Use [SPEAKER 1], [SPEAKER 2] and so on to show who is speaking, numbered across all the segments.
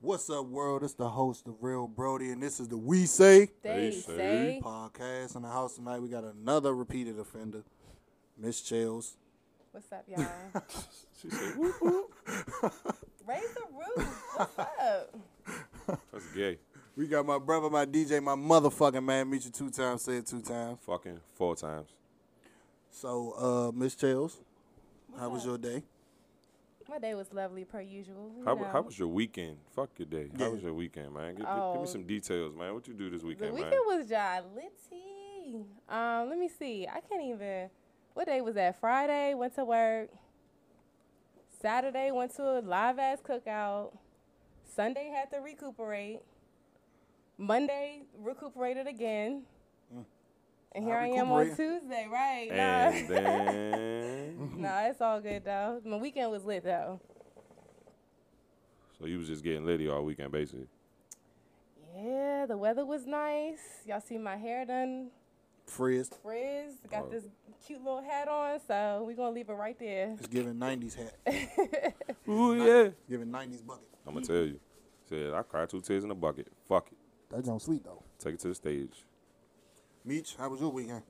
[SPEAKER 1] What's up, world? It's the host, the real Brody, and this is the We Say
[SPEAKER 2] They
[SPEAKER 3] They
[SPEAKER 2] say.
[SPEAKER 3] say.
[SPEAKER 1] podcast in the house tonight. We got another repeated offender, Miss Chels.
[SPEAKER 2] What's up, y'all?
[SPEAKER 3] She said, "Whoop."
[SPEAKER 2] Raise the roof. What's up?
[SPEAKER 3] that's gay.
[SPEAKER 1] We got my brother, my DJ, my motherfucking man. Meet you two times, say it two times.
[SPEAKER 3] Fucking four times.
[SPEAKER 1] So, uh, Miss Chels, how was
[SPEAKER 2] up?
[SPEAKER 1] your day?
[SPEAKER 2] My day was lovely per usual. you
[SPEAKER 3] How, wa- how
[SPEAKER 2] know.
[SPEAKER 3] was your weekend? Fuck your day.
[SPEAKER 1] Yeah.
[SPEAKER 3] How was your weekend, man? Gi- gi- Give
[SPEAKER 2] Oh.
[SPEAKER 3] me some details, man. What you do this
[SPEAKER 2] the
[SPEAKER 3] weekend,
[SPEAKER 2] weekend
[SPEAKER 3] man?
[SPEAKER 2] was jolly. Um, let me see. I can't even. What day was that? Friday. Went to work. Saturday went to a live ass cookout. Sunday had to recuperate. Monday recuperated again. And here
[SPEAKER 1] I
[SPEAKER 2] I, am on
[SPEAKER 1] recuperated.
[SPEAKER 2] Tuesday, right?
[SPEAKER 3] Mm. And
[SPEAKER 2] Nah.
[SPEAKER 3] then,
[SPEAKER 2] nah, it's all good though. My weekend was lit though.
[SPEAKER 3] so you was just getting litty all weekend, basically.
[SPEAKER 2] Yeah, the weather was nice. Y'all see my hair done
[SPEAKER 1] Frizz,
[SPEAKER 2] frizz. Got
[SPEAKER 3] Oh.
[SPEAKER 2] this cute little hat on, so we're gonna leave it right there.
[SPEAKER 1] it's giving 90s hat,
[SPEAKER 3] Ooh yeah.
[SPEAKER 1] giving 90s bucket.
[SPEAKER 3] I'm gonna tell you. Said I cried two tears in a bucket. Fuck it.
[SPEAKER 1] That don't sleep though.
[SPEAKER 3] Take it to the stage.
[SPEAKER 1] Meech, how was your weekend?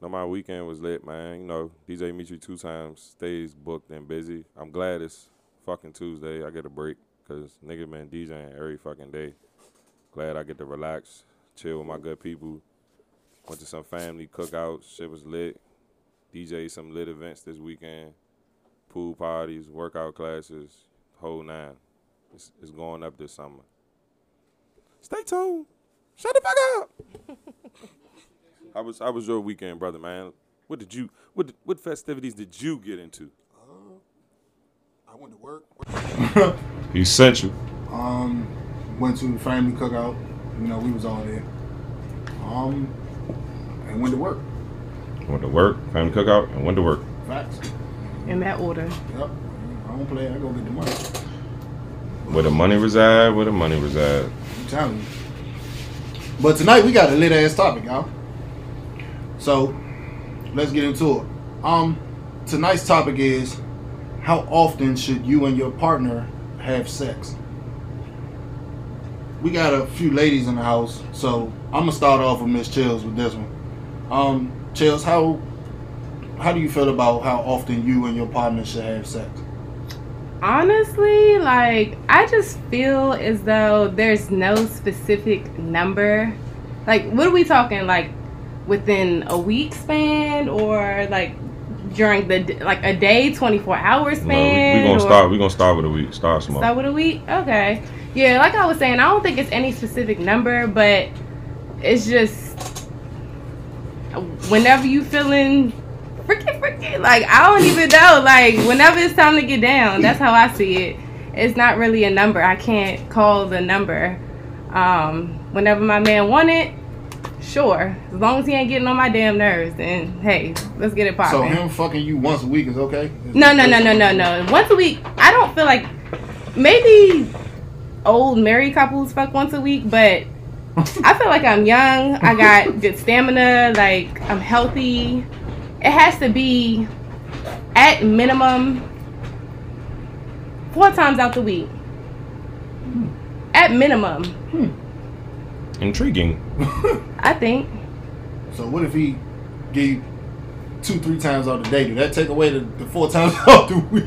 [SPEAKER 3] No, my weekend was lit, man. You know, DJ meet you two times, stays booked and busy. I'm glad it's fucking Tuesday. I get a break because nigga been DJing every fucking day. Glad I get to relax, chill with my good people. Went to some family cookouts. Shit was lit. DJ some lit events this weekend. Pool parties, workout classes, whole nine. It's, it's going up this summer. Stay tuned. Shut the fuck up. I was I was your weekend brother, man. What did you what did- what festivities did you get into?
[SPEAKER 1] I went to work.
[SPEAKER 3] Essential.
[SPEAKER 1] Um, went to the family cookout. You know, we was all there. Um, and went to work.
[SPEAKER 3] Went to work, family cookout, and went to work.
[SPEAKER 1] Facts.
[SPEAKER 2] In that order.
[SPEAKER 1] Yep. I don't play. I go get the money.
[SPEAKER 3] Where the money reside, where the money reside.
[SPEAKER 1] I'm telling you. But tonight we got a lit ass topic, y'all. So let's get into it. Um, tonight's topic is how often should you and your partner have sex? We got a few ladies in the house, so I'm gonna start off with Miss Chills with this one. Um, Chills, how how do you feel about how often you and your partner should have sex?
[SPEAKER 4] honestly like i just feel as though there's no specific number like what are we talking like within a week span or like during the d- like a day 24 hour
[SPEAKER 3] No, we,
[SPEAKER 4] span
[SPEAKER 3] we gonna
[SPEAKER 4] or
[SPEAKER 3] start we gonna start with a week. Start small.
[SPEAKER 4] start with a week okay yeah like i was saying i don't think it's any specific number but it's just whenever you feeling freaking freaking like i don't even know like whenever it's time to get down that's how i see it it's not really a number i can't call the number um whenever my man want it sure as long as he ain't getting on my damn nerves then hey let's get it popping
[SPEAKER 1] So him fucking you once a week is okay?
[SPEAKER 4] Ah, no, no, no, no, no, no. Once a week, I don't feel like maybe old married couples fuck once a week, but I feel like I'm young. I got good stamina. Like I'm healthy. It has to be at minimum four times out the week. At minimum,
[SPEAKER 3] Intriguing.
[SPEAKER 4] I think.
[SPEAKER 1] So what if he gave you two, three times out the day? Do that take away the, the four times out the week?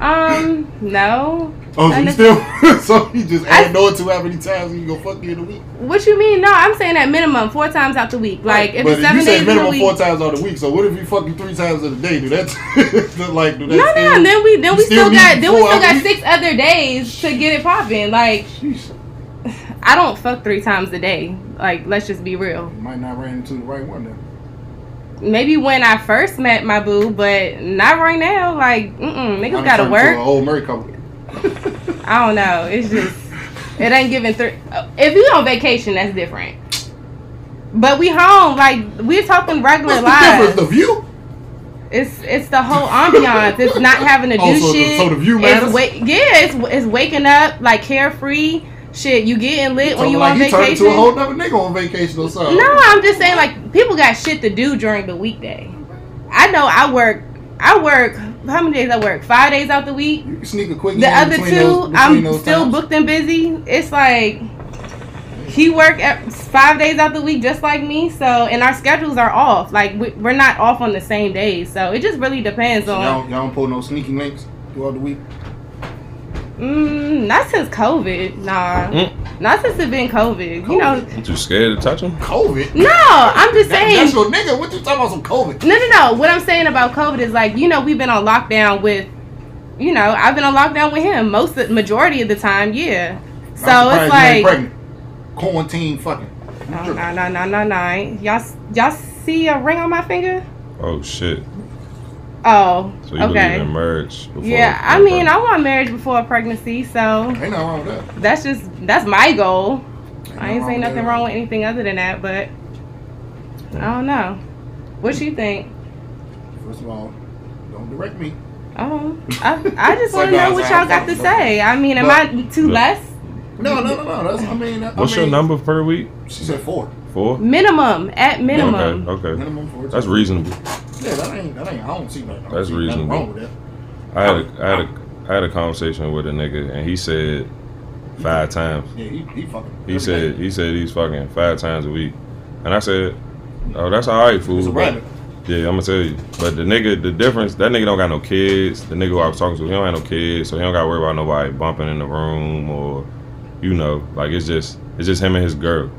[SPEAKER 4] Um, no.
[SPEAKER 1] Oh, so
[SPEAKER 4] And
[SPEAKER 1] you
[SPEAKER 4] if-
[SPEAKER 1] still so you just
[SPEAKER 4] I-
[SPEAKER 1] add on to how many times you go fuck you in a week?
[SPEAKER 4] What you mean? No, I'm saying at minimum four times out the week. Like if
[SPEAKER 1] but
[SPEAKER 4] it's seven
[SPEAKER 1] you say
[SPEAKER 4] days in a
[SPEAKER 1] minimum
[SPEAKER 4] week.
[SPEAKER 1] four times out the week. So what if you fuck you three times in a day? Do that like do that?
[SPEAKER 4] No,
[SPEAKER 1] still,
[SPEAKER 4] no. Then we then we
[SPEAKER 1] still
[SPEAKER 4] still, got
[SPEAKER 1] need
[SPEAKER 4] then we
[SPEAKER 1] four
[SPEAKER 4] still got
[SPEAKER 1] hours.
[SPEAKER 4] six other days to get it popping. Like
[SPEAKER 1] Sheesh.
[SPEAKER 4] I don't fuck three times a day. Like let's just be real.
[SPEAKER 1] You might not ran into the right one then.
[SPEAKER 4] Maybe when I first met my boo, but not right now. Like mm-mm, niggas
[SPEAKER 1] Might
[SPEAKER 4] gotta
[SPEAKER 1] turn into An
[SPEAKER 4] work.
[SPEAKER 1] old Murray couple.
[SPEAKER 4] I don't know. It's just it ain't giving three. If you on vacation, that's different. But we home. Like we're talking
[SPEAKER 1] What's
[SPEAKER 4] regular
[SPEAKER 1] the
[SPEAKER 4] lives.
[SPEAKER 1] difference? The view?
[SPEAKER 4] It's it's the whole ambiance. It's not having to do
[SPEAKER 1] Oh, so the-
[SPEAKER 4] shit.
[SPEAKER 1] so the view matters?
[SPEAKER 4] It's wa- yeah, it's it's waking up like carefree. Shit, you getting lit when
[SPEAKER 1] Talking
[SPEAKER 4] you
[SPEAKER 1] like
[SPEAKER 4] on
[SPEAKER 1] you turned
[SPEAKER 4] vacation.
[SPEAKER 1] into a whole other nigga on vacation or something.
[SPEAKER 4] no, I'm just saying like people got shit to do during the weekday. I know I work I work how many days I work? Five days out the week.
[SPEAKER 1] You can sneak a quick.
[SPEAKER 4] The
[SPEAKER 1] game
[SPEAKER 4] other two,
[SPEAKER 1] between those- between
[SPEAKER 4] I'm
[SPEAKER 1] those
[SPEAKER 4] still
[SPEAKER 1] times.
[SPEAKER 4] booked and busy. It's like he work at five days out the week, just like me. So, and our schedules are off. Like we, we're not off on the same days. So it just really depends
[SPEAKER 1] So
[SPEAKER 4] on.
[SPEAKER 1] y'all, y'all don't pull no sneaky links throughout the week.
[SPEAKER 4] Mm, not since COVID, nah.
[SPEAKER 1] Mm.
[SPEAKER 4] Not since it's been COVID. You know,
[SPEAKER 3] I'm too scared to touch him.
[SPEAKER 1] COVID.
[SPEAKER 4] no. I'm just
[SPEAKER 1] That-
[SPEAKER 4] saying.
[SPEAKER 1] that's your nigga. What you talking about? Some COVID.
[SPEAKER 4] No, no, no. What I'm saying about COVID is like, you know, we've been on lockdown with, you know, I've been on lockdown with him most of, majority of the time, yeah. So
[SPEAKER 1] I'm
[SPEAKER 4] it's
[SPEAKER 1] surprised you ain't
[SPEAKER 4] like, oh, Uh,
[SPEAKER 1] pregnant. quarantine fucking.
[SPEAKER 4] no, no, no, no, no, no. Y'all, s- y'all see a ring on my finger?
[SPEAKER 3] Oh shit!
[SPEAKER 4] Oh,
[SPEAKER 3] So you
[SPEAKER 4] okay.
[SPEAKER 3] believe in marriage? Before
[SPEAKER 4] yeah, I mean, I want marriage before pregnancy, so
[SPEAKER 1] Ain't nothing wrong with that.
[SPEAKER 4] that's just that's my goal. uh, I ain't
[SPEAKER 1] with
[SPEAKER 4] saying nothing
[SPEAKER 1] that.
[SPEAKER 4] wrong with anything other than that, but I don't know. What you think?
[SPEAKER 1] First of all, don't direct me.
[SPEAKER 4] Oh, I, I just
[SPEAKER 1] So
[SPEAKER 4] want to know
[SPEAKER 1] guys,
[SPEAKER 4] what
[SPEAKER 1] I
[SPEAKER 4] y'all
[SPEAKER 1] have
[SPEAKER 4] got
[SPEAKER 1] something
[SPEAKER 4] to
[SPEAKER 1] to-
[SPEAKER 4] say. I mean, am
[SPEAKER 1] Look,
[SPEAKER 4] I too
[SPEAKER 3] look.
[SPEAKER 4] less?
[SPEAKER 1] No, no, no, no. That's I mean. that- I
[SPEAKER 3] What's your
[SPEAKER 1] mean,
[SPEAKER 3] number per week?
[SPEAKER 1] She said four.
[SPEAKER 3] Four.
[SPEAKER 4] Minimum, at minimum.
[SPEAKER 3] Okay. Okay.
[SPEAKER 1] Minimum four.
[SPEAKER 3] That's reasonable.
[SPEAKER 1] Yeah, that ain't. That ain't. I don't see nothing. I don't
[SPEAKER 3] That's
[SPEAKER 1] see nothing
[SPEAKER 3] reasonable.
[SPEAKER 1] Wrong with that.
[SPEAKER 3] I had a, I had a, I had a conversation with a nigga, and he said five times.
[SPEAKER 1] Yeah, he, he fucking.
[SPEAKER 3] He said he said he's fucking five times a week, and I said, "Oh, that's all right, fool."
[SPEAKER 1] It's a
[SPEAKER 3] but-
[SPEAKER 1] rabbit.
[SPEAKER 3] Yeah, I'm gonna tell you. But the nigga, the difference, that nigga don't got no kids. The nigga who I was talking to, he don't have no kids, so he don't gotta worry about nobody bumping in the room or, you know, like it's just it's just him and his girl.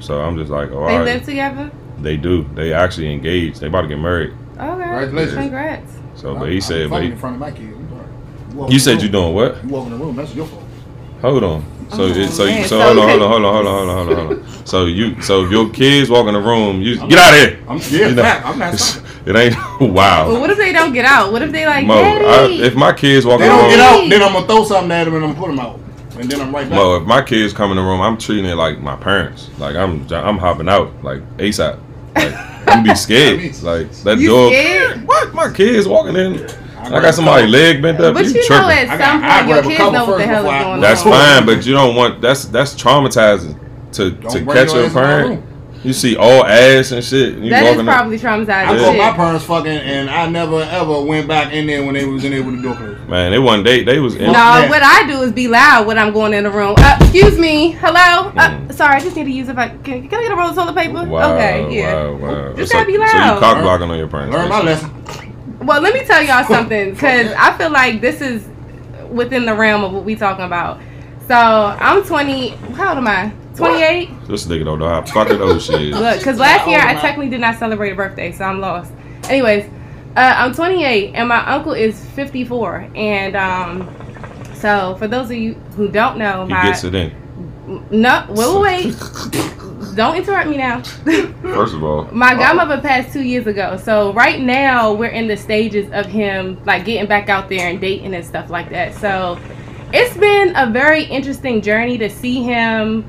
[SPEAKER 3] So I'm just like, oh, all
[SPEAKER 4] They
[SPEAKER 3] right,
[SPEAKER 4] live together.
[SPEAKER 3] they do. They actually engaged. They about to get married.
[SPEAKER 4] Okay.
[SPEAKER 1] Congratulations.
[SPEAKER 4] Congrats.
[SPEAKER 3] So, but he said, but
[SPEAKER 1] in
[SPEAKER 3] he,
[SPEAKER 1] front of my kid. You walk in the
[SPEAKER 3] you said
[SPEAKER 1] room.
[SPEAKER 3] you doing what?
[SPEAKER 1] You walk in the room. That's your fault.
[SPEAKER 3] Hold on. So
[SPEAKER 4] Oh,
[SPEAKER 3] it, so you,
[SPEAKER 4] man.
[SPEAKER 3] so
[SPEAKER 4] So
[SPEAKER 3] hold on,
[SPEAKER 4] you
[SPEAKER 3] hold
[SPEAKER 4] could-
[SPEAKER 3] on, hold on, hold on, hold on, hold on, hold on. So you so if your kids walk in the room, you get out of here.
[SPEAKER 1] I'm yeah,
[SPEAKER 3] You know,
[SPEAKER 1] fact, I'm not. Stopping.
[SPEAKER 3] It ain't wow.
[SPEAKER 4] Well, what if they don't get out? What if they like,
[SPEAKER 3] Mo, I,
[SPEAKER 4] Daddy?
[SPEAKER 3] if my kids walk
[SPEAKER 1] They
[SPEAKER 3] in the
[SPEAKER 1] don't
[SPEAKER 3] room,
[SPEAKER 1] get out. Then I'm gonna throw something at them and I'm gonna put them out. And then I'm right back.
[SPEAKER 3] Mo, if my kids come in the room, I'm treating it like my parents. Like I'm, I'm hopping out like ASAP. Like I'm be scared. Like that
[SPEAKER 4] You
[SPEAKER 3] dog.
[SPEAKER 4] scared?
[SPEAKER 3] What? My kids walking in.
[SPEAKER 1] I
[SPEAKER 3] I got somebody leg bent up.
[SPEAKER 4] but you, know,
[SPEAKER 3] tripping.
[SPEAKER 1] I
[SPEAKER 4] at some
[SPEAKER 1] got- I
[SPEAKER 4] point your
[SPEAKER 1] grab a
[SPEAKER 4] kids
[SPEAKER 1] cover
[SPEAKER 4] know what the
[SPEAKER 1] first
[SPEAKER 4] hell is
[SPEAKER 1] before I-
[SPEAKER 4] going
[SPEAKER 3] That's
[SPEAKER 4] on.
[SPEAKER 3] fine, but you don't want. That's that's traumatizing to to
[SPEAKER 1] bring
[SPEAKER 3] catch
[SPEAKER 1] your
[SPEAKER 3] your
[SPEAKER 1] ass in my
[SPEAKER 3] parent.
[SPEAKER 1] room.
[SPEAKER 3] You see all ass and shit. And you
[SPEAKER 4] That is
[SPEAKER 3] walking up.
[SPEAKER 4] probably traumatizing.
[SPEAKER 1] I
[SPEAKER 3] Yeah.
[SPEAKER 1] caught
[SPEAKER 4] shit.
[SPEAKER 1] my parents fucking, and I never ever went back in there when they was in there with the door closed.
[SPEAKER 3] Man, they one day they was in.
[SPEAKER 4] No,
[SPEAKER 1] Yeah.
[SPEAKER 4] what I do is be loud when I'm going in the room. Uh, excuse me. Hello. Uh, sorry, I just need to use if I can. Can I get a roll of toilet paper?
[SPEAKER 3] Wow,
[SPEAKER 4] okay. Yeah.
[SPEAKER 3] wow, wow.
[SPEAKER 4] Just
[SPEAKER 3] It's
[SPEAKER 4] gotta be
[SPEAKER 3] So
[SPEAKER 4] loud.
[SPEAKER 3] you cock blocking on your parents.
[SPEAKER 1] Learn my
[SPEAKER 3] basically.
[SPEAKER 1] lesson.
[SPEAKER 4] Well, let me tell y'all something because
[SPEAKER 1] Yeah.
[SPEAKER 4] I feel like this is within the realm of what we talking about. So I'm 20. How old am I? 28.
[SPEAKER 3] This nigga don't know how fucking old she is.
[SPEAKER 4] Look, because last
[SPEAKER 1] How
[SPEAKER 4] year
[SPEAKER 1] old
[SPEAKER 4] I
[SPEAKER 1] am I?
[SPEAKER 4] technically did not celebrate a birthday, so I'm lost. Anyways, uh, I'm 28 and my uncle is 54, and um, so for those of you who don't know,
[SPEAKER 3] He
[SPEAKER 4] my
[SPEAKER 3] gets it in.
[SPEAKER 4] no, wait, wait, wait, don't interrupt me now.
[SPEAKER 3] First of all,
[SPEAKER 4] My godmother passed two years ago, so right now we're in the stages of him like getting back out there and dating and stuff like that. So it's been a very interesting journey to see him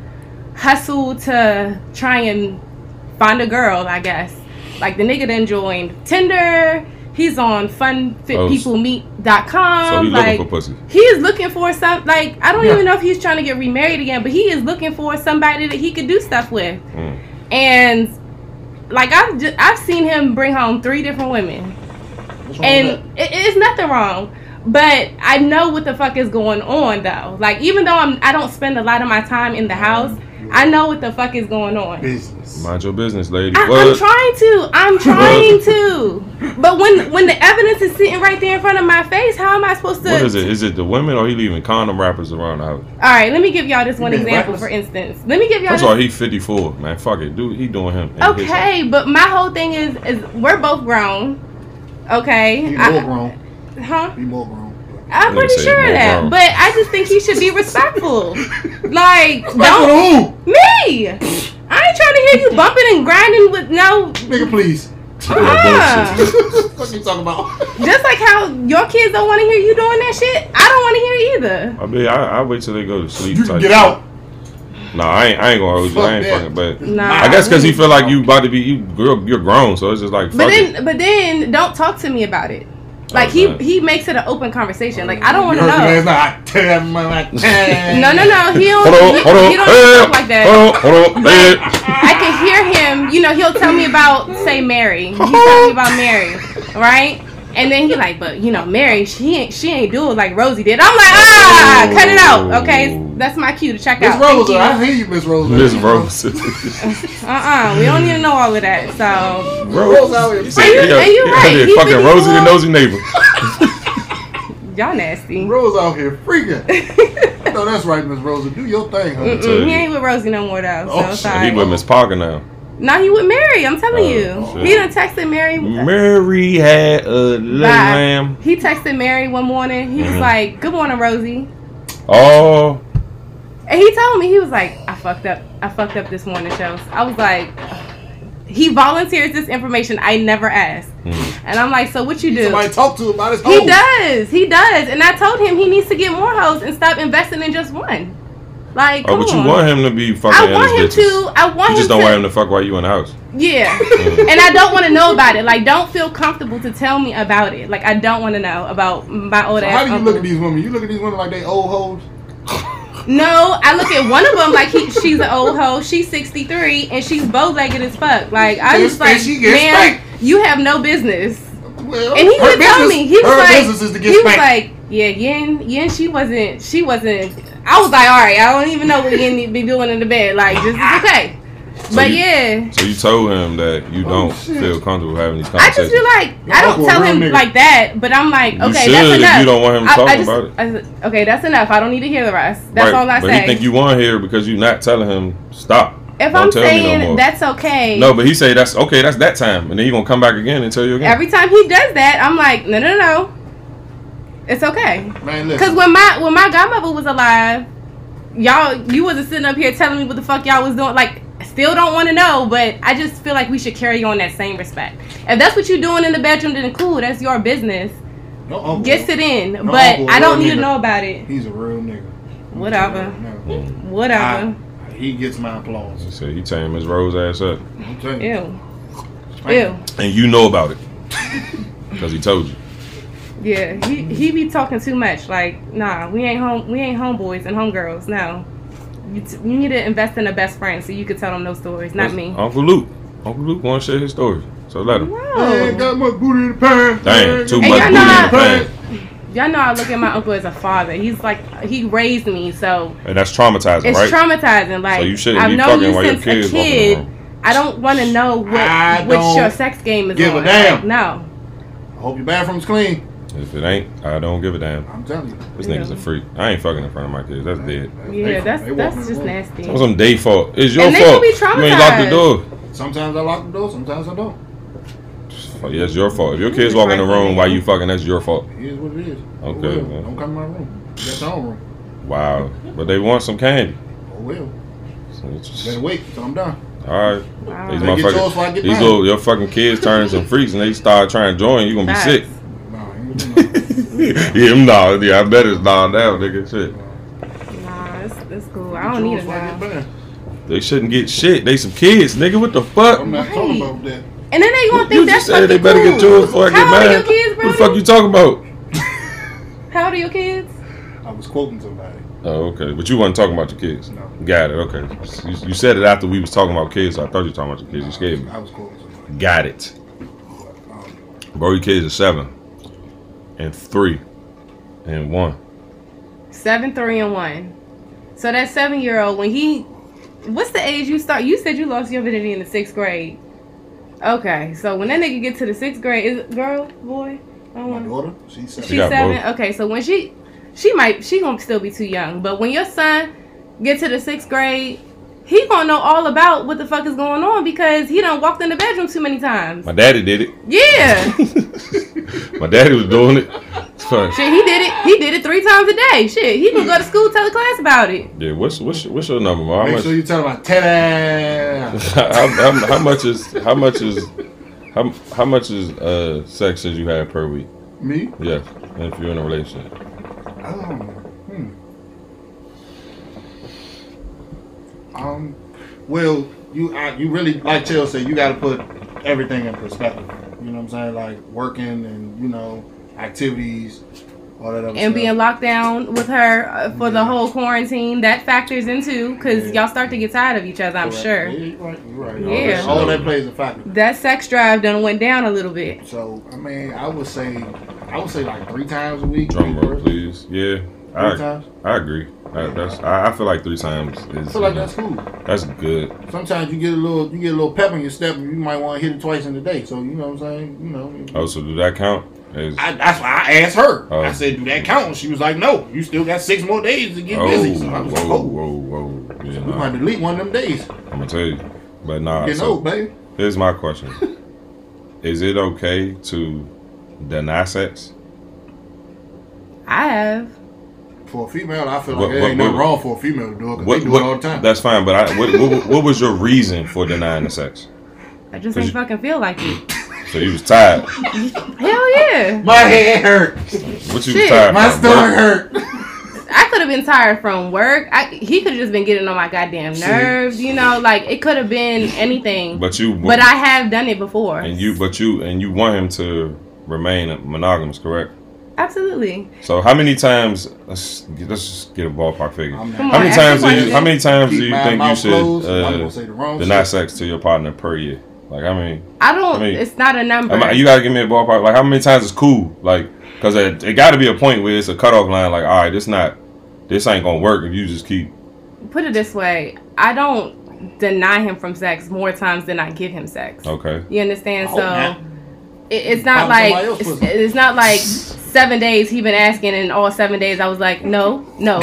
[SPEAKER 4] hustle to try and find a girl, I guess. Like the nigga then joined Tinder. He's on
[SPEAKER 3] Oh, s-
[SPEAKER 4] funfitpeoplemeet.com.
[SPEAKER 3] so he
[SPEAKER 4] like,
[SPEAKER 3] looking for pussy.
[SPEAKER 4] he is looking for some like I don't
[SPEAKER 1] Yeah.
[SPEAKER 4] even know if he's trying to get remarried again, but he is looking for somebody that he could do stuff with.
[SPEAKER 3] Mm.
[SPEAKER 4] And like I've just, I've seen him bring home three different women,
[SPEAKER 3] Oh,
[SPEAKER 1] What's wrong
[SPEAKER 4] and
[SPEAKER 1] with
[SPEAKER 4] it, it's nothing wrong. But I know what the fuck is going on though. Like even though I'm I don't spend a lot of my time in the house, I know what the fuck is going
[SPEAKER 1] that?
[SPEAKER 4] on.
[SPEAKER 1] business.
[SPEAKER 3] Mind your business, lady.
[SPEAKER 4] I,
[SPEAKER 3] what?
[SPEAKER 4] I'm trying to. I'm trying to. But when when the evidence is sitting right there in front of my face, how am I supposed to?
[SPEAKER 3] what is it? Is it the women or he leaving condom wrappers around the house?
[SPEAKER 4] All right, let me give y'all this one
[SPEAKER 1] Yeah,
[SPEAKER 4] example,
[SPEAKER 1] right.
[SPEAKER 4] for instance. Let me give y'all.
[SPEAKER 3] First
[SPEAKER 4] This,
[SPEAKER 3] of all, he 54, man. Fuck it, dude. He doing him. and his-
[SPEAKER 4] okay, but my whole thing is is we're both grown. Okay,
[SPEAKER 1] Be
[SPEAKER 4] I-
[SPEAKER 1] more grown.
[SPEAKER 4] huh?
[SPEAKER 1] Be more grown.
[SPEAKER 4] I'm
[SPEAKER 3] Nigga
[SPEAKER 4] pretty
[SPEAKER 3] say
[SPEAKER 4] sure of
[SPEAKER 3] more
[SPEAKER 4] that,
[SPEAKER 3] grown.
[SPEAKER 4] but I just think he should be respectful. like,
[SPEAKER 1] Back
[SPEAKER 4] don't
[SPEAKER 1] to
[SPEAKER 4] me. I ain't trying to hear you bumping and grinding with no.
[SPEAKER 1] the who, nigga, please.
[SPEAKER 4] Ah.
[SPEAKER 3] bullshit.
[SPEAKER 1] what you talking about?
[SPEAKER 4] Just like how your kids don't want to hear you doing that shit, I don't want to hear it either.
[SPEAKER 3] I mean, I, I wait till they go to sleep.
[SPEAKER 1] You can
[SPEAKER 3] type
[SPEAKER 1] get
[SPEAKER 3] shit.
[SPEAKER 1] out.
[SPEAKER 3] No, I ain't. I ain't gonna hold you. I ain't
[SPEAKER 1] Fuck
[SPEAKER 3] fucking.
[SPEAKER 1] that.
[SPEAKER 3] But
[SPEAKER 4] Nah.
[SPEAKER 3] I guess because he feel like you about to be you. You're, you're grown, so it's just like. Fuck
[SPEAKER 4] But
[SPEAKER 3] it.
[SPEAKER 4] then, but then, don't talk to me about it. Like
[SPEAKER 3] Oh,
[SPEAKER 4] he
[SPEAKER 3] God.
[SPEAKER 4] he makes it an open conversation. Like I don't want
[SPEAKER 1] You
[SPEAKER 4] to
[SPEAKER 1] heard me last
[SPEAKER 4] know.
[SPEAKER 1] night. I tell that mother-
[SPEAKER 4] No, no, no. He don't.
[SPEAKER 3] Hold
[SPEAKER 4] he,
[SPEAKER 3] on, hold on,
[SPEAKER 4] he don't
[SPEAKER 3] hey,
[SPEAKER 4] talk like that.
[SPEAKER 3] hold on, hold on, hey.
[SPEAKER 4] I can hear him. You know, he'll tell me about say Mary. He tell me about Mary, right? And then he like, but you know, Mary, she ain't she ain't do it like Rosie did. I'm like, ah, cut it out. Okay, that's my cue to check
[SPEAKER 1] Miss
[SPEAKER 4] out. Thank
[SPEAKER 1] Rosa,
[SPEAKER 4] you.
[SPEAKER 1] I hear you, Miss Rosa.
[SPEAKER 3] Miss Rose.
[SPEAKER 4] Uh-uh, we don't need to know all of that. So
[SPEAKER 1] Rose out here.
[SPEAKER 3] You
[SPEAKER 4] Are you-
[SPEAKER 3] yeah,
[SPEAKER 4] are you
[SPEAKER 3] yeah,
[SPEAKER 4] right?
[SPEAKER 3] yeah,
[SPEAKER 4] He
[SPEAKER 3] fucking
[SPEAKER 4] fifty
[SPEAKER 3] Rosie the
[SPEAKER 4] four.
[SPEAKER 3] nosy neighbor.
[SPEAKER 4] y'all nasty.
[SPEAKER 1] Rose out here freaking. I know that's right, Miss Rosa. Do your thing, honey.
[SPEAKER 3] tell
[SPEAKER 4] Mm-mm, he
[SPEAKER 3] you.
[SPEAKER 4] ain't with Rosie no more though.
[SPEAKER 1] Oh,
[SPEAKER 4] so
[SPEAKER 1] shit,
[SPEAKER 4] sorry.
[SPEAKER 3] he with Miss Parker now.
[SPEAKER 4] no, he with Mary. I'm telling
[SPEAKER 3] Oh,
[SPEAKER 4] you.
[SPEAKER 3] shit. Mm-hmm.
[SPEAKER 4] He done texted Mary.
[SPEAKER 3] Mary had a little
[SPEAKER 4] Bye.
[SPEAKER 3] lamb.
[SPEAKER 4] He texted Mary one morning. He was
[SPEAKER 3] Mhm.
[SPEAKER 4] like, "Good morning, Rosie,"
[SPEAKER 3] Oh,
[SPEAKER 4] and he told me he was like, "I fucked up. I fucked up this morning, shows." I was like, "He volunteers this information. I never asked."
[SPEAKER 3] Mhm.
[SPEAKER 4] And I'm like, "So what you do?"
[SPEAKER 1] Somebody talk to about his
[SPEAKER 4] He
[SPEAKER 1] hoe.
[SPEAKER 4] does. He does. And I told him he needs to get more hoes and stop investing in just one. Like,
[SPEAKER 3] oh,
[SPEAKER 4] come
[SPEAKER 3] but you
[SPEAKER 4] on.
[SPEAKER 3] want him to be fucking.
[SPEAKER 4] I want
[SPEAKER 3] in
[SPEAKER 4] him
[SPEAKER 3] his bitches.
[SPEAKER 4] to. I want
[SPEAKER 3] You just
[SPEAKER 4] him
[SPEAKER 3] don't
[SPEAKER 4] to.
[SPEAKER 3] want him to fuck while you in the house.
[SPEAKER 4] Yeah.
[SPEAKER 3] Mhm.
[SPEAKER 4] and I don't want to know about it. Like, don't feel comfortable to tell me about it. Like, I don't want to know about my old
[SPEAKER 1] So
[SPEAKER 4] ass.
[SPEAKER 1] how do you
[SPEAKER 4] uncle.
[SPEAKER 1] look at these women? You look at these women like they old hoes.
[SPEAKER 4] No, I look at one of them like he, she's an old hoe. She's 63 and she's bow legged as fuck. Like, I
[SPEAKER 1] She gets
[SPEAKER 4] just like,
[SPEAKER 1] spanked, she gets
[SPEAKER 4] man,
[SPEAKER 1] spanked."
[SPEAKER 4] you have no business.
[SPEAKER 1] Well,
[SPEAKER 4] And he
[SPEAKER 1] her
[SPEAKER 4] would tell
[SPEAKER 1] business-
[SPEAKER 4] me. He was
[SPEAKER 1] her
[SPEAKER 4] like,
[SPEAKER 1] business is to get
[SPEAKER 4] he was
[SPEAKER 1] spanked.
[SPEAKER 4] like, yeah, Yin, Yin, she wasn't, she wasn't. I was like, all right, I don't even know what Yin be doing in the bed. Like, this is okay. But
[SPEAKER 3] you-
[SPEAKER 4] yeah,
[SPEAKER 3] So you told him that you
[SPEAKER 1] Oh,
[SPEAKER 3] don't
[SPEAKER 1] shit.
[SPEAKER 3] feel comfortable having these
[SPEAKER 4] I just
[SPEAKER 3] conversations.
[SPEAKER 4] feel like I
[SPEAKER 1] Uncle
[SPEAKER 4] don't
[SPEAKER 1] a
[SPEAKER 4] tell
[SPEAKER 1] real
[SPEAKER 4] him
[SPEAKER 1] nigga.
[SPEAKER 4] like that. But I'm like,
[SPEAKER 3] You
[SPEAKER 4] okay,
[SPEAKER 3] should
[SPEAKER 4] that's
[SPEAKER 3] if
[SPEAKER 4] enough.
[SPEAKER 3] you don't want him
[SPEAKER 4] I- I
[SPEAKER 3] talking
[SPEAKER 4] just-
[SPEAKER 3] about it.
[SPEAKER 4] I said, okay, that's enough. I don't need to hear the rest. That's all I
[SPEAKER 3] but
[SPEAKER 4] say.
[SPEAKER 3] he think you want here because you're not telling him stop.
[SPEAKER 4] if
[SPEAKER 3] don't
[SPEAKER 4] I'm
[SPEAKER 3] tell me no
[SPEAKER 4] saying
[SPEAKER 3] more.
[SPEAKER 4] that's okay,
[SPEAKER 3] No, but he say that's okay. That's that time, and then he gonna come back again and tell you again.
[SPEAKER 4] every time he does that, I'm like, no, no, no, it's okay.
[SPEAKER 1] man,
[SPEAKER 4] Cause
[SPEAKER 1] listen.
[SPEAKER 4] when my when my godmother was alive, y'all you wasn't sitting up here telling me what the fuck y'all was doing. Like, still don't want to know, but I just feel like we should carry on that same respect. If that's what you're doing in the bedroom, then cool, that's your business.
[SPEAKER 1] No uncle.
[SPEAKER 4] Gets it in,
[SPEAKER 1] No,
[SPEAKER 4] but
[SPEAKER 1] uncle,
[SPEAKER 4] I don't
[SPEAKER 1] real
[SPEAKER 4] need to
[SPEAKER 1] nigga.
[SPEAKER 4] know about it.
[SPEAKER 1] He's a real nigga.
[SPEAKER 4] Whatever.
[SPEAKER 1] No.
[SPEAKER 3] Mm.
[SPEAKER 4] Whatever.
[SPEAKER 1] I- he gets my applause.
[SPEAKER 3] He said he teamed his rose ass up,
[SPEAKER 1] I'm telling you.
[SPEAKER 4] Ew. Ew.
[SPEAKER 3] and you know about it because he told you.
[SPEAKER 4] Yeah, he he be talking too much. Like, nah, we ain't home we ain't homeboys and homegirls. No, you, t- you need to invest in a best friend so you can tell them those stories, not
[SPEAKER 3] That's
[SPEAKER 4] me.
[SPEAKER 3] Uncle Luke. Uncle Luke want to share his story, so let him.
[SPEAKER 1] I ain't
[SPEAKER 4] No.
[SPEAKER 1] got much booty in the pan.
[SPEAKER 3] Damn, too
[SPEAKER 4] Hey,
[SPEAKER 3] much
[SPEAKER 4] y'all
[SPEAKER 3] booty in
[SPEAKER 4] know
[SPEAKER 3] the
[SPEAKER 4] I-
[SPEAKER 3] pan,
[SPEAKER 4] Y'all know I look at my uncle as a father. He's like he raised me, so
[SPEAKER 3] and that's traumatizing,
[SPEAKER 4] it's
[SPEAKER 3] right?
[SPEAKER 4] traumatizing. Like
[SPEAKER 3] so you shouldn't
[SPEAKER 4] I've
[SPEAKER 3] be
[SPEAKER 4] known
[SPEAKER 3] fucking
[SPEAKER 4] you
[SPEAKER 3] while your
[SPEAKER 4] since
[SPEAKER 3] kids
[SPEAKER 4] a
[SPEAKER 3] walking in
[SPEAKER 4] kid.
[SPEAKER 3] the room.
[SPEAKER 4] I don't want to know
[SPEAKER 1] I
[SPEAKER 4] what what your
[SPEAKER 1] don't
[SPEAKER 4] sex game is
[SPEAKER 1] give a
[SPEAKER 4] on.
[SPEAKER 1] damn.
[SPEAKER 4] Like, no,
[SPEAKER 1] I hope your bathroom's clean.
[SPEAKER 3] If it ain't, I don't give a damn.
[SPEAKER 1] I'm telling you.
[SPEAKER 3] This
[SPEAKER 4] Yeah.
[SPEAKER 3] nigga's a freak. I ain't fucking in front of my kids. That's dead.
[SPEAKER 4] yeah,
[SPEAKER 1] They-
[SPEAKER 4] that's
[SPEAKER 1] they walking
[SPEAKER 4] that's
[SPEAKER 1] in
[SPEAKER 4] just
[SPEAKER 1] the room.
[SPEAKER 4] nasty.
[SPEAKER 3] That was some day fault. It's your
[SPEAKER 4] And they
[SPEAKER 3] fault.
[SPEAKER 4] should be
[SPEAKER 3] You ain't locked the
[SPEAKER 4] traumatized.
[SPEAKER 3] door.
[SPEAKER 1] Sometimes I lock the door, sometimes I don't.
[SPEAKER 3] Fuck, that's your fault. If your kids walk in the room while you fucking, that's your fault.
[SPEAKER 1] It is what it is. Oh,
[SPEAKER 3] Okay,
[SPEAKER 1] well,
[SPEAKER 3] man.
[SPEAKER 1] Don't come in my room. You got your own room.
[SPEAKER 3] Wow. But they want some candy.
[SPEAKER 1] Oh, well.
[SPEAKER 3] So it's just-
[SPEAKER 1] Better wait till I'm done.
[SPEAKER 3] all right.
[SPEAKER 4] Wow.
[SPEAKER 3] These
[SPEAKER 1] They get yours
[SPEAKER 3] motherfuckers.
[SPEAKER 1] before I get
[SPEAKER 3] These
[SPEAKER 1] mine.
[SPEAKER 3] little your fucking kids turn some freaks and they start trying to join. You gonna be
[SPEAKER 4] Facts.
[SPEAKER 3] sick.
[SPEAKER 1] Nah, ain't doing that.
[SPEAKER 3] yeah, I'm nah. Yeah, I bet it's nah now, nigga. Shit.
[SPEAKER 4] Nah, it's, it's cool. I
[SPEAKER 1] Get
[SPEAKER 4] don't need
[SPEAKER 1] yours
[SPEAKER 4] it
[SPEAKER 1] before I
[SPEAKER 4] now.
[SPEAKER 1] get mine.
[SPEAKER 3] They shouldn't get shit. They some kids, nigga. What the fuck?
[SPEAKER 1] I'm not talking about that.
[SPEAKER 4] And then they gonna
[SPEAKER 3] you
[SPEAKER 4] think that's
[SPEAKER 3] just said they
[SPEAKER 4] fucking
[SPEAKER 3] better
[SPEAKER 4] cool.
[SPEAKER 3] get yours before I get
[SPEAKER 4] How old are
[SPEAKER 3] mine.
[SPEAKER 4] your kids,
[SPEAKER 3] what the
[SPEAKER 4] bro?
[SPEAKER 3] fuck you talking about?
[SPEAKER 4] How old are your kids?
[SPEAKER 1] I was quoting somebody.
[SPEAKER 3] Oh, okay. But you weren't talking about your kids.
[SPEAKER 1] No.
[SPEAKER 3] Got it. Okay. You, you said it after we was talking about kids. So I thought you were talking about your kids. You scared me.
[SPEAKER 1] I was quoting somebody.
[SPEAKER 3] Got it.
[SPEAKER 1] Um,
[SPEAKER 3] Bro, your kids are seven and three and one.
[SPEAKER 4] Seven, three, and one. So that seven year old, when he, what's the age you start? You said you lost your virginity in the sixth grade. Okay, so when that nigga get to the sixth grade, is it girl, boy? I don't
[SPEAKER 1] my
[SPEAKER 4] wanna-
[SPEAKER 1] daughter, she said,
[SPEAKER 4] She's
[SPEAKER 3] got
[SPEAKER 4] seven.
[SPEAKER 3] both.
[SPEAKER 4] Okay, so when she, she might, she gonna still be too young. But when your son get to the sixth grade, he gonna know all about what the fuck is going on because he done walked in the bedroom too many times.
[SPEAKER 3] My daddy did it.
[SPEAKER 4] Yeah.
[SPEAKER 3] My daddy was doing it. Fuck.
[SPEAKER 4] Shit, he did it. He did it three times a day. Shit, he can go to school, tell the class about it.
[SPEAKER 3] Yeah, what's what's your, what's your number? Bro? How
[SPEAKER 1] make
[SPEAKER 3] much?
[SPEAKER 1] sure you tell about Teddy.
[SPEAKER 3] how, how, how much is how much is how, how much is uh sex that you had per week?
[SPEAKER 1] Me?
[SPEAKER 3] Yeah, and if you're in a relationship,
[SPEAKER 1] Um, hmm. Um, well, you I, you really like Chill said, you got to put everything in perspective. You know what I'm saying? Like working and you know activities, All that other
[SPEAKER 4] and being
[SPEAKER 1] stuff.
[SPEAKER 4] locked down with her uh, for the
[SPEAKER 1] Yeah.
[SPEAKER 4] whole quarantine that factors into because
[SPEAKER 1] Yeah.
[SPEAKER 4] y'all start to get tired of each other i'm
[SPEAKER 1] Correct.
[SPEAKER 4] sure
[SPEAKER 1] Yeah, you're right. You're right.
[SPEAKER 4] Yeah.
[SPEAKER 1] All that plays a factor.
[SPEAKER 4] that sex drive done went down a little bit
[SPEAKER 1] So I mean, I would say, I would say like three times a week.
[SPEAKER 3] Drum
[SPEAKER 1] three
[SPEAKER 3] roll, please. Yeah,
[SPEAKER 1] Three
[SPEAKER 3] I
[SPEAKER 1] times.
[SPEAKER 3] I agree. I, that's I, I feel like three times
[SPEAKER 1] I
[SPEAKER 3] is
[SPEAKER 1] feel
[SPEAKER 3] you
[SPEAKER 1] like
[SPEAKER 3] know,
[SPEAKER 1] that's cool.
[SPEAKER 3] that's good.
[SPEAKER 1] Sometimes you get a little, you get a little pep in your step, and you might want to hit it twice in the day. So you know what I'm saying? You know.
[SPEAKER 3] Oh, so do that count? Is-
[SPEAKER 1] I, that's why I asked her.
[SPEAKER 3] Oh.
[SPEAKER 1] I said, "Do that count?" She was like, "No, you still got six more days to get
[SPEAKER 3] oh,
[SPEAKER 1] busy." So I was like,
[SPEAKER 3] whoa,
[SPEAKER 1] "Oh,
[SPEAKER 3] whoa, whoa! Yeah,
[SPEAKER 1] we might
[SPEAKER 3] nah,
[SPEAKER 1] delete one of them days."
[SPEAKER 3] I'm gonna tell you, but nah.
[SPEAKER 1] Getting
[SPEAKER 3] so-
[SPEAKER 1] old, baby.
[SPEAKER 3] Here's my question: Is it okay to deny sex?
[SPEAKER 4] i have
[SPEAKER 1] For a female, I feel like
[SPEAKER 3] What-
[SPEAKER 1] it
[SPEAKER 3] what-
[SPEAKER 1] ain't nothing
[SPEAKER 3] what-
[SPEAKER 1] wrong for a female to do it. 'cause they do it all the time.
[SPEAKER 3] That's fine, but I, what, what, what was your reason for denying the sex?
[SPEAKER 4] i just
[SPEAKER 3] Cause
[SPEAKER 4] ain't
[SPEAKER 3] you-
[SPEAKER 4] fucking feel like it
[SPEAKER 3] So you was tired.
[SPEAKER 4] hell yeah
[SPEAKER 1] My head hurt.
[SPEAKER 3] What you was
[SPEAKER 4] Shit,
[SPEAKER 3] tired?
[SPEAKER 1] My
[SPEAKER 3] from?
[SPEAKER 1] stomach
[SPEAKER 3] Work?
[SPEAKER 1] hurt.
[SPEAKER 4] I could have been tired from work. I, he could have just been getting on my goddamn
[SPEAKER 1] See?
[SPEAKER 4] nerves, you know. Like it could have been anything. But,
[SPEAKER 3] But you.
[SPEAKER 4] I have done it before.
[SPEAKER 3] And you, but you, and you want him to remain monogamous, correct?
[SPEAKER 4] Absolutely.
[SPEAKER 3] So how many times? Let's get, let's just get a ballpark figure.
[SPEAKER 1] I'm
[SPEAKER 4] Come
[SPEAKER 1] not-
[SPEAKER 3] How
[SPEAKER 4] on,
[SPEAKER 3] many
[SPEAKER 4] ask
[SPEAKER 3] times
[SPEAKER 4] the
[SPEAKER 3] do you?
[SPEAKER 4] question.
[SPEAKER 3] How many times do
[SPEAKER 1] Keep
[SPEAKER 3] you
[SPEAKER 1] my
[SPEAKER 3] think you
[SPEAKER 1] mouth
[SPEAKER 3] should
[SPEAKER 1] closed. I'm gonna
[SPEAKER 3] uh,
[SPEAKER 1] say the wrong
[SPEAKER 3] deny
[SPEAKER 1] shit.
[SPEAKER 3] sex to your partner per year? Like I mean,
[SPEAKER 4] I don't.
[SPEAKER 3] I mean-
[SPEAKER 4] it's not a number.
[SPEAKER 3] Am I- you gotta give me a ballpark. Like how many times is cool? Like because it, it got to be a point where it's a cutoff line. Like all right, this not, this ain't gonna work if you just keep.
[SPEAKER 4] Put it this way: I don't deny him from sex more times than I give him sex.
[SPEAKER 3] Okay.
[SPEAKER 4] You understand?
[SPEAKER 1] I hope not.
[SPEAKER 4] So it, it's not
[SPEAKER 1] Oh, Probably somebody
[SPEAKER 4] like
[SPEAKER 1] else
[SPEAKER 4] it's,
[SPEAKER 1] was-
[SPEAKER 4] it's not like seven days he been asking, and all seven days I was like, no, no,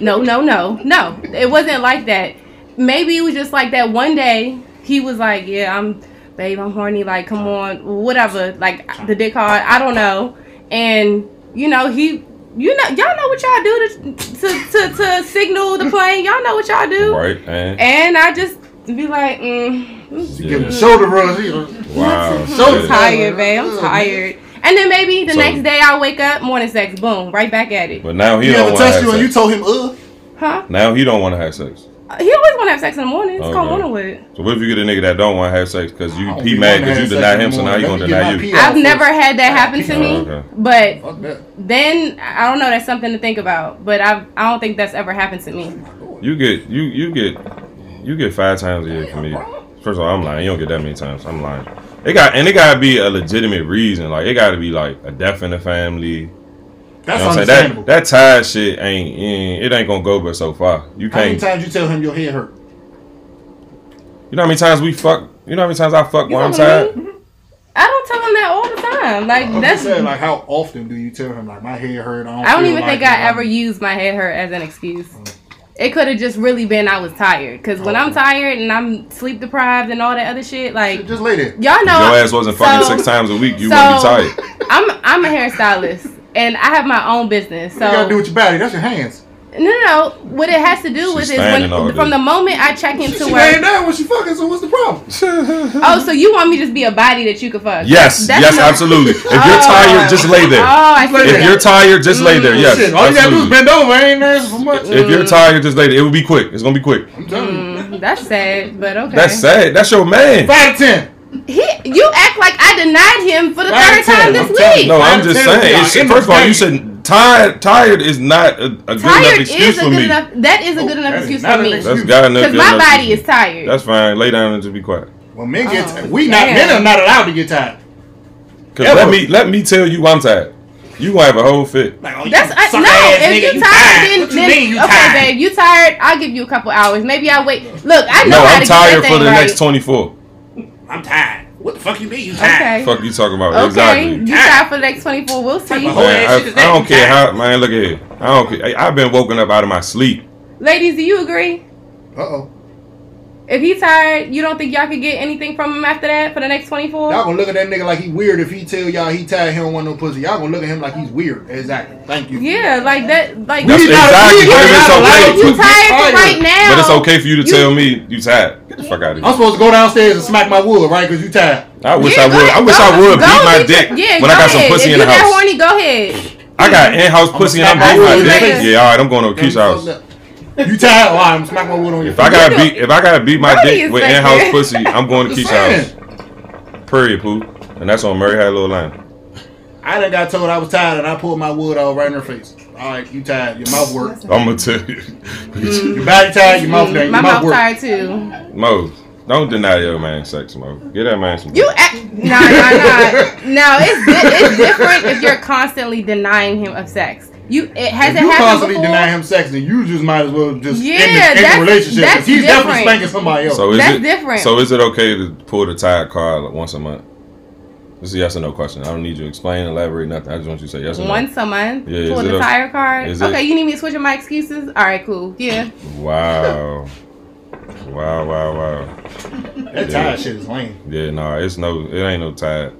[SPEAKER 4] no, no, no, no. It wasn't like that. Maybe it was just like that one day he was like, yeah, I'm, babe, I'm horny. Like, come on, whatever. Like the dick hard. I don't know. And you know he. You know, y'all know what y'all do to, to, to, to signal the plane. Y'all know what y'all do.
[SPEAKER 3] Right. And
[SPEAKER 4] And I just be like, mm,
[SPEAKER 1] Give him
[SPEAKER 3] Yeah.
[SPEAKER 1] shoulder rubs. you know.
[SPEAKER 3] wow.
[SPEAKER 1] So
[SPEAKER 4] I'm
[SPEAKER 3] shit.
[SPEAKER 4] tired, babe. I'm tired. And then maybe the
[SPEAKER 3] So-
[SPEAKER 4] next day I wake up, morning sex, boom, right back at it.
[SPEAKER 3] But now he
[SPEAKER 1] He
[SPEAKER 3] don't
[SPEAKER 1] ever
[SPEAKER 3] want to have
[SPEAKER 1] touched you
[SPEAKER 3] sex.
[SPEAKER 1] and you told him, "Uh."
[SPEAKER 4] Huh?
[SPEAKER 3] now he don't want to have sex.
[SPEAKER 4] He always want to have sex in the morning. It's called
[SPEAKER 3] Okay.
[SPEAKER 4] morning wood.
[SPEAKER 3] So what if you get a nigga that don't want to have sex because you
[SPEAKER 1] I don't
[SPEAKER 3] he
[SPEAKER 1] be
[SPEAKER 3] mad
[SPEAKER 1] wanting to
[SPEAKER 3] because you
[SPEAKER 1] Oh, have sex
[SPEAKER 3] deny
[SPEAKER 1] in the
[SPEAKER 3] him, so now
[SPEAKER 1] morning.
[SPEAKER 3] he
[SPEAKER 1] Let
[SPEAKER 3] gonna
[SPEAKER 1] me get
[SPEAKER 3] deny
[SPEAKER 1] my
[SPEAKER 3] you.
[SPEAKER 1] pee out
[SPEAKER 4] I've
[SPEAKER 1] first.
[SPEAKER 4] never had that happen to me,
[SPEAKER 3] Oh, okay.
[SPEAKER 4] but
[SPEAKER 1] Fuck that.
[SPEAKER 4] then I don't know. That's something to think about. But I I don't think that's ever happened to me.
[SPEAKER 3] You get you you get you get five times a year from me. First of all, I'm lying. You don't get that many times. I'm lying. It got and it gotta be a legitimate reason. Like it gotta be like a death in the family.
[SPEAKER 1] That's
[SPEAKER 3] you know what I'm saying?
[SPEAKER 1] understandable.
[SPEAKER 3] That that tired shit ain't ain't- it ain't gonna go but so far. You
[SPEAKER 1] How many
[SPEAKER 3] can't.
[SPEAKER 1] times you tell him your head hurt?
[SPEAKER 3] You know how many times we fuck. You know how many times I fuck
[SPEAKER 4] You
[SPEAKER 3] when I'm
[SPEAKER 4] know what I
[SPEAKER 3] tired.
[SPEAKER 4] I don't tell him that all the time. Like
[SPEAKER 1] I'm just
[SPEAKER 4] that's
[SPEAKER 1] saying, like, how often do you tell him, like, my head hurt? I don't,
[SPEAKER 4] I don't
[SPEAKER 1] feel
[SPEAKER 4] even
[SPEAKER 1] like
[SPEAKER 4] think I
[SPEAKER 1] it,
[SPEAKER 4] ever used my head hurt as an excuse. It could have just really been I was tired. Cause when I'm
[SPEAKER 1] Okay.
[SPEAKER 4] tired and I'm sleep deprived and all that other shit, like
[SPEAKER 1] Just lay there.
[SPEAKER 4] y'all know
[SPEAKER 3] Your ass wasn't fucking
[SPEAKER 4] so-
[SPEAKER 3] six times a week. You
[SPEAKER 4] so
[SPEAKER 3] wouldn't be tired.
[SPEAKER 4] I'm I'm a hairstylist and I have my own business.
[SPEAKER 1] you gotta do
[SPEAKER 4] So
[SPEAKER 1] with your body. That's your hands.
[SPEAKER 4] no, no, no. What it has to do with is when
[SPEAKER 3] standing all
[SPEAKER 4] from
[SPEAKER 3] day.
[SPEAKER 4] the moment I check
[SPEAKER 1] She, she
[SPEAKER 4] into
[SPEAKER 1] laying
[SPEAKER 4] work.
[SPEAKER 1] down when she fucking, so what's the problem?
[SPEAKER 4] Oh, so you want me to just be a body that you could fuck?
[SPEAKER 3] Yes,
[SPEAKER 4] That's
[SPEAKER 3] yes,
[SPEAKER 4] my-
[SPEAKER 3] absolutely. If you're
[SPEAKER 4] Oh.
[SPEAKER 3] tired, just lay
[SPEAKER 4] Oh,
[SPEAKER 3] there.
[SPEAKER 4] I see.
[SPEAKER 3] If
[SPEAKER 4] that.
[SPEAKER 3] you're tired, just lay there. Yes,
[SPEAKER 1] Shit, all you gotta do is
[SPEAKER 3] absolutely.
[SPEAKER 1] bend over. Ain't there for much.
[SPEAKER 3] If you're tired, just lay there. It will be quick. It's gonna be quick.
[SPEAKER 1] I'm telling you.
[SPEAKER 4] Mm, that's sad, but okay.
[SPEAKER 3] That's sad. That's your man.
[SPEAKER 1] Five to ten.
[SPEAKER 4] He, you act like I denied him for the
[SPEAKER 1] Right,
[SPEAKER 4] third time
[SPEAKER 1] I'm
[SPEAKER 4] this
[SPEAKER 1] telling
[SPEAKER 4] week.
[SPEAKER 1] you,
[SPEAKER 3] No,
[SPEAKER 1] Five
[SPEAKER 3] I'm
[SPEAKER 1] to
[SPEAKER 3] just
[SPEAKER 1] ten
[SPEAKER 3] saying.
[SPEAKER 1] is
[SPEAKER 3] It's,
[SPEAKER 1] y'all in
[SPEAKER 3] first of
[SPEAKER 1] the
[SPEAKER 3] all, you
[SPEAKER 1] game.
[SPEAKER 3] said tired. Tired is not a, a good enough
[SPEAKER 4] tired
[SPEAKER 3] excuse
[SPEAKER 4] is a
[SPEAKER 3] for
[SPEAKER 4] good
[SPEAKER 3] me.
[SPEAKER 4] enough. That is a good enough
[SPEAKER 1] that is
[SPEAKER 4] excuse
[SPEAKER 1] not
[SPEAKER 4] for
[SPEAKER 1] an
[SPEAKER 4] me.
[SPEAKER 1] excuse.
[SPEAKER 3] That's God enough.
[SPEAKER 4] Because
[SPEAKER 3] good
[SPEAKER 4] my
[SPEAKER 3] enough
[SPEAKER 4] body
[SPEAKER 3] excuse.
[SPEAKER 4] is tired.
[SPEAKER 3] That's fine. Lay down and just be quiet.
[SPEAKER 1] Well, men get
[SPEAKER 4] Oh,
[SPEAKER 1] tired. We not,
[SPEAKER 4] damn.
[SPEAKER 1] men are not allowed to get tired.
[SPEAKER 3] Cause
[SPEAKER 1] Ever.
[SPEAKER 3] let me let me tell you, I'm tired. You gonna have a whole fit.
[SPEAKER 1] Like, oh, you
[SPEAKER 4] That's I,
[SPEAKER 1] sucker
[SPEAKER 4] no.
[SPEAKER 1] ass
[SPEAKER 4] if
[SPEAKER 1] nigga,
[SPEAKER 4] you tired, then,
[SPEAKER 1] What you
[SPEAKER 4] then
[SPEAKER 1] mean you
[SPEAKER 4] okay,
[SPEAKER 1] tired?
[SPEAKER 4] babe, you tired. I'll give you a couple hours. Maybe I wait. Look, I know
[SPEAKER 3] No,
[SPEAKER 4] how
[SPEAKER 3] I'm
[SPEAKER 4] to get that
[SPEAKER 3] tired for
[SPEAKER 4] thing
[SPEAKER 3] the
[SPEAKER 4] right.
[SPEAKER 3] next 24.
[SPEAKER 1] I'm tired. What the fuck you mean you
[SPEAKER 4] Okay.
[SPEAKER 1] tired?
[SPEAKER 3] Fuck you talking about?
[SPEAKER 4] Okay,
[SPEAKER 3] Exactly.
[SPEAKER 4] you tired for the next twenty four. We'll see.
[SPEAKER 1] Type of hoe
[SPEAKER 3] Man,
[SPEAKER 1] ass
[SPEAKER 3] I,
[SPEAKER 1] shit is
[SPEAKER 3] I
[SPEAKER 1] that?
[SPEAKER 3] don't
[SPEAKER 1] You
[SPEAKER 3] care
[SPEAKER 1] tired?
[SPEAKER 3] how man. Look at here. I don't care. I, I've been woken up out of my sleep.
[SPEAKER 4] Ladies, do you agree?
[SPEAKER 1] Uh oh.
[SPEAKER 4] If he tired, you don't think y'all could get anything from him after that for the next twenty
[SPEAKER 1] Y'all
[SPEAKER 4] four?
[SPEAKER 1] gonna look at that nigga like he weird if he tell y'all he tired, he don't want no pussy. Y'all gonna look at him like he's weird. Exactly. Thank you.
[SPEAKER 4] Yeah, like that. Like
[SPEAKER 3] That's
[SPEAKER 1] We not-
[SPEAKER 3] exactly
[SPEAKER 1] we
[SPEAKER 3] what
[SPEAKER 1] not
[SPEAKER 3] it's
[SPEAKER 1] allowed
[SPEAKER 3] okay.
[SPEAKER 1] to
[SPEAKER 4] you
[SPEAKER 1] get
[SPEAKER 4] tired for right now.
[SPEAKER 3] But it's okay for you to
[SPEAKER 4] You-
[SPEAKER 3] tell me you tired. Get the fuck out of
[SPEAKER 1] I'm
[SPEAKER 3] here.
[SPEAKER 1] supposed to go downstairs and smack my wood, right? Cause you tired.
[SPEAKER 3] I wish
[SPEAKER 4] Yeah,
[SPEAKER 3] I
[SPEAKER 4] go
[SPEAKER 3] would.
[SPEAKER 4] ahead.
[SPEAKER 3] I wish
[SPEAKER 4] Go-
[SPEAKER 3] I would
[SPEAKER 4] go
[SPEAKER 3] beat my
[SPEAKER 4] beat your-
[SPEAKER 3] dick
[SPEAKER 4] Yeah,
[SPEAKER 3] when I
[SPEAKER 4] go ahead.
[SPEAKER 3] got some
[SPEAKER 4] if
[SPEAKER 3] pussy in the
[SPEAKER 4] you that
[SPEAKER 3] house.
[SPEAKER 4] horny, go ahead.
[SPEAKER 3] I got in house pussy and I'm
[SPEAKER 1] smack
[SPEAKER 3] beating
[SPEAKER 1] my
[SPEAKER 3] my
[SPEAKER 1] wood in
[SPEAKER 3] dick.
[SPEAKER 1] the face.
[SPEAKER 3] Yeah, all right, I'm going on
[SPEAKER 1] Damn,
[SPEAKER 3] Keisha's
[SPEAKER 1] you
[SPEAKER 3] house.
[SPEAKER 1] fucked up. You tired? All right, I'm gonna smack my wood on your
[SPEAKER 3] If I
[SPEAKER 1] face.
[SPEAKER 3] gotta beat, if I gotta beat my
[SPEAKER 4] Brody
[SPEAKER 3] dick
[SPEAKER 4] is
[SPEAKER 3] with
[SPEAKER 4] back
[SPEAKER 3] in house
[SPEAKER 4] there.
[SPEAKER 3] pussy, I'm going to
[SPEAKER 1] Just
[SPEAKER 3] Keisha's
[SPEAKER 1] saying.
[SPEAKER 3] house. Period, poo. And that's on Murray Had a Little Line.
[SPEAKER 1] I done got told I was tired and I pulled my wood out right in her face. All right, you tired. Your mouth work.
[SPEAKER 3] I'm gonna tell you,
[SPEAKER 1] Your body tired. Your mouth dang.
[SPEAKER 4] Mm, my
[SPEAKER 1] Your mouth
[SPEAKER 4] mouth
[SPEAKER 1] work.
[SPEAKER 4] tired too.
[SPEAKER 3] Mo. Don't deny your man sex, Mo. Get that man some.
[SPEAKER 4] You act, nah nah nah. No, it's di- it's different if you're constantly denying him of sex. You it has
[SPEAKER 1] If
[SPEAKER 4] it
[SPEAKER 1] you
[SPEAKER 4] happened
[SPEAKER 1] constantly
[SPEAKER 4] before.
[SPEAKER 1] deny him sex, then you just might as well just
[SPEAKER 4] Yeah,
[SPEAKER 1] end, the, end
[SPEAKER 4] that's-
[SPEAKER 1] the relationship. 'cause
[SPEAKER 4] that's
[SPEAKER 1] he's definitely
[SPEAKER 4] different.
[SPEAKER 1] spanking somebody else.
[SPEAKER 3] So is
[SPEAKER 4] That's
[SPEAKER 3] it,
[SPEAKER 4] different.
[SPEAKER 3] So is it okay to pull the tired car like once a month? This is a yes or no question. I don't need you to explain, elaborate, nothing. I just want you to say yes or no.
[SPEAKER 4] Once a month,
[SPEAKER 3] Yeah,
[SPEAKER 4] pull
[SPEAKER 3] is it
[SPEAKER 4] the
[SPEAKER 3] a-
[SPEAKER 4] tire card.
[SPEAKER 3] is it-
[SPEAKER 4] Okay, you need me to switch up my excuses. All right, cool. Yeah,
[SPEAKER 3] Wow. wow, wow, wow.
[SPEAKER 1] that
[SPEAKER 3] Yeah.
[SPEAKER 1] tired shit is lame.
[SPEAKER 3] Yeah, nah, it's no, it ain't no tired.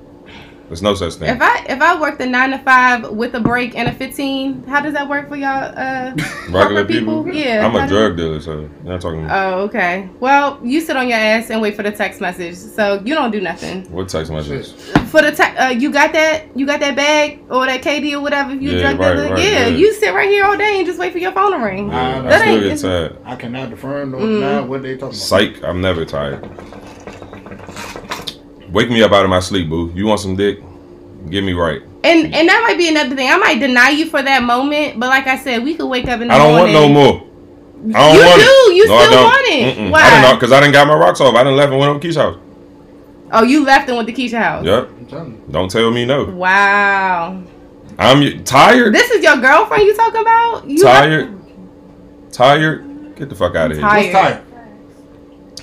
[SPEAKER 3] There's no such thing.
[SPEAKER 4] If I if I work the nine to five with a break and a fifteen, how does that work for y'all? Uh,
[SPEAKER 3] Regular
[SPEAKER 4] corporate people?
[SPEAKER 3] people.
[SPEAKER 4] Yeah.
[SPEAKER 3] I'm
[SPEAKER 4] how
[SPEAKER 3] a
[SPEAKER 4] do-
[SPEAKER 3] drug dealer, so you're not talking.
[SPEAKER 4] Oh, okay. Well, you sit on your ass and wait for the text message, so you don't do nothing.
[SPEAKER 3] what text messages?
[SPEAKER 4] For the te- uh, you got that you got that bag or that KD or whatever. If you
[SPEAKER 3] Yeah,
[SPEAKER 4] a drug
[SPEAKER 3] right,
[SPEAKER 4] dealer,
[SPEAKER 3] right,
[SPEAKER 4] yeah,
[SPEAKER 3] yeah.
[SPEAKER 4] you sit right here all day and just wait for your phone to ring.
[SPEAKER 3] Yeah, I
[SPEAKER 1] That
[SPEAKER 3] still
[SPEAKER 4] ain't-
[SPEAKER 3] get
[SPEAKER 4] it's-
[SPEAKER 3] tired.
[SPEAKER 1] I cannot affirm or
[SPEAKER 4] Mm.
[SPEAKER 1] deny what they talking about.
[SPEAKER 3] Psych, I'm never tired. Wake me up out of my sleep, boo. You want some dick? Get me right.
[SPEAKER 4] And and that might be another thing. I might deny you for that moment, but like I said, we could wake up in the
[SPEAKER 3] I don't want
[SPEAKER 4] morning.
[SPEAKER 3] no more. I don't
[SPEAKER 4] You
[SPEAKER 3] want
[SPEAKER 4] do.
[SPEAKER 3] It.
[SPEAKER 4] You
[SPEAKER 3] no, I
[SPEAKER 4] still
[SPEAKER 3] don't.
[SPEAKER 4] want it.
[SPEAKER 3] Mm-mm.
[SPEAKER 4] Why?
[SPEAKER 3] I didn't because I didn't got my rocks off. I didn't left and went over Keisha's house.
[SPEAKER 4] Oh, you left and went to Keisha house.
[SPEAKER 3] Yep.
[SPEAKER 1] I'm telling you.
[SPEAKER 3] Don't tell me no.
[SPEAKER 4] Wow.
[SPEAKER 3] I'm y- tired.
[SPEAKER 4] This is your girlfriend you talking about? You
[SPEAKER 3] tired. Tired. Get the fuck out of here.
[SPEAKER 1] What's
[SPEAKER 4] Tired.
[SPEAKER 1] tired?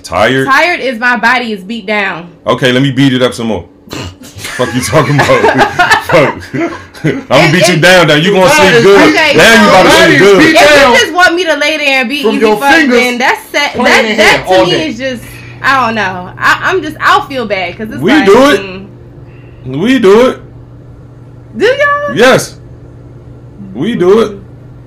[SPEAKER 3] Tired.
[SPEAKER 4] Tired is my body is beat down.
[SPEAKER 3] Okay, let me beat it up some more. fuck you talking about? fuck. I'm gonna beat
[SPEAKER 4] it-
[SPEAKER 3] you down. Now you gonna
[SPEAKER 1] Tired
[SPEAKER 3] sleep
[SPEAKER 1] is-
[SPEAKER 3] good.
[SPEAKER 4] Okay,
[SPEAKER 3] now you
[SPEAKER 4] so-
[SPEAKER 3] about to
[SPEAKER 1] Tired is
[SPEAKER 3] sleep
[SPEAKER 1] beat
[SPEAKER 3] good.
[SPEAKER 4] If
[SPEAKER 1] Down
[SPEAKER 4] you just want me to lay there and be
[SPEAKER 1] from
[SPEAKER 4] easy
[SPEAKER 1] your
[SPEAKER 4] fuck,
[SPEAKER 1] fingers
[SPEAKER 4] then that's set.
[SPEAKER 1] playing
[SPEAKER 4] That
[SPEAKER 1] in
[SPEAKER 4] that
[SPEAKER 1] here all
[SPEAKER 4] to me
[SPEAKER 1] day.
[SPEAKER 4] is just I don't know. I, I'm just I'll feel bad because it's
[SPEAKER 3] We
[SPEAKER 4] like,
[SPEAKER 3] do it.
[SPEAKER 4] mm.
[SPEAKER 3] We do it.
[SPEAKER 4] Do y'all?
[SPEAKER 3] Yes. We do it.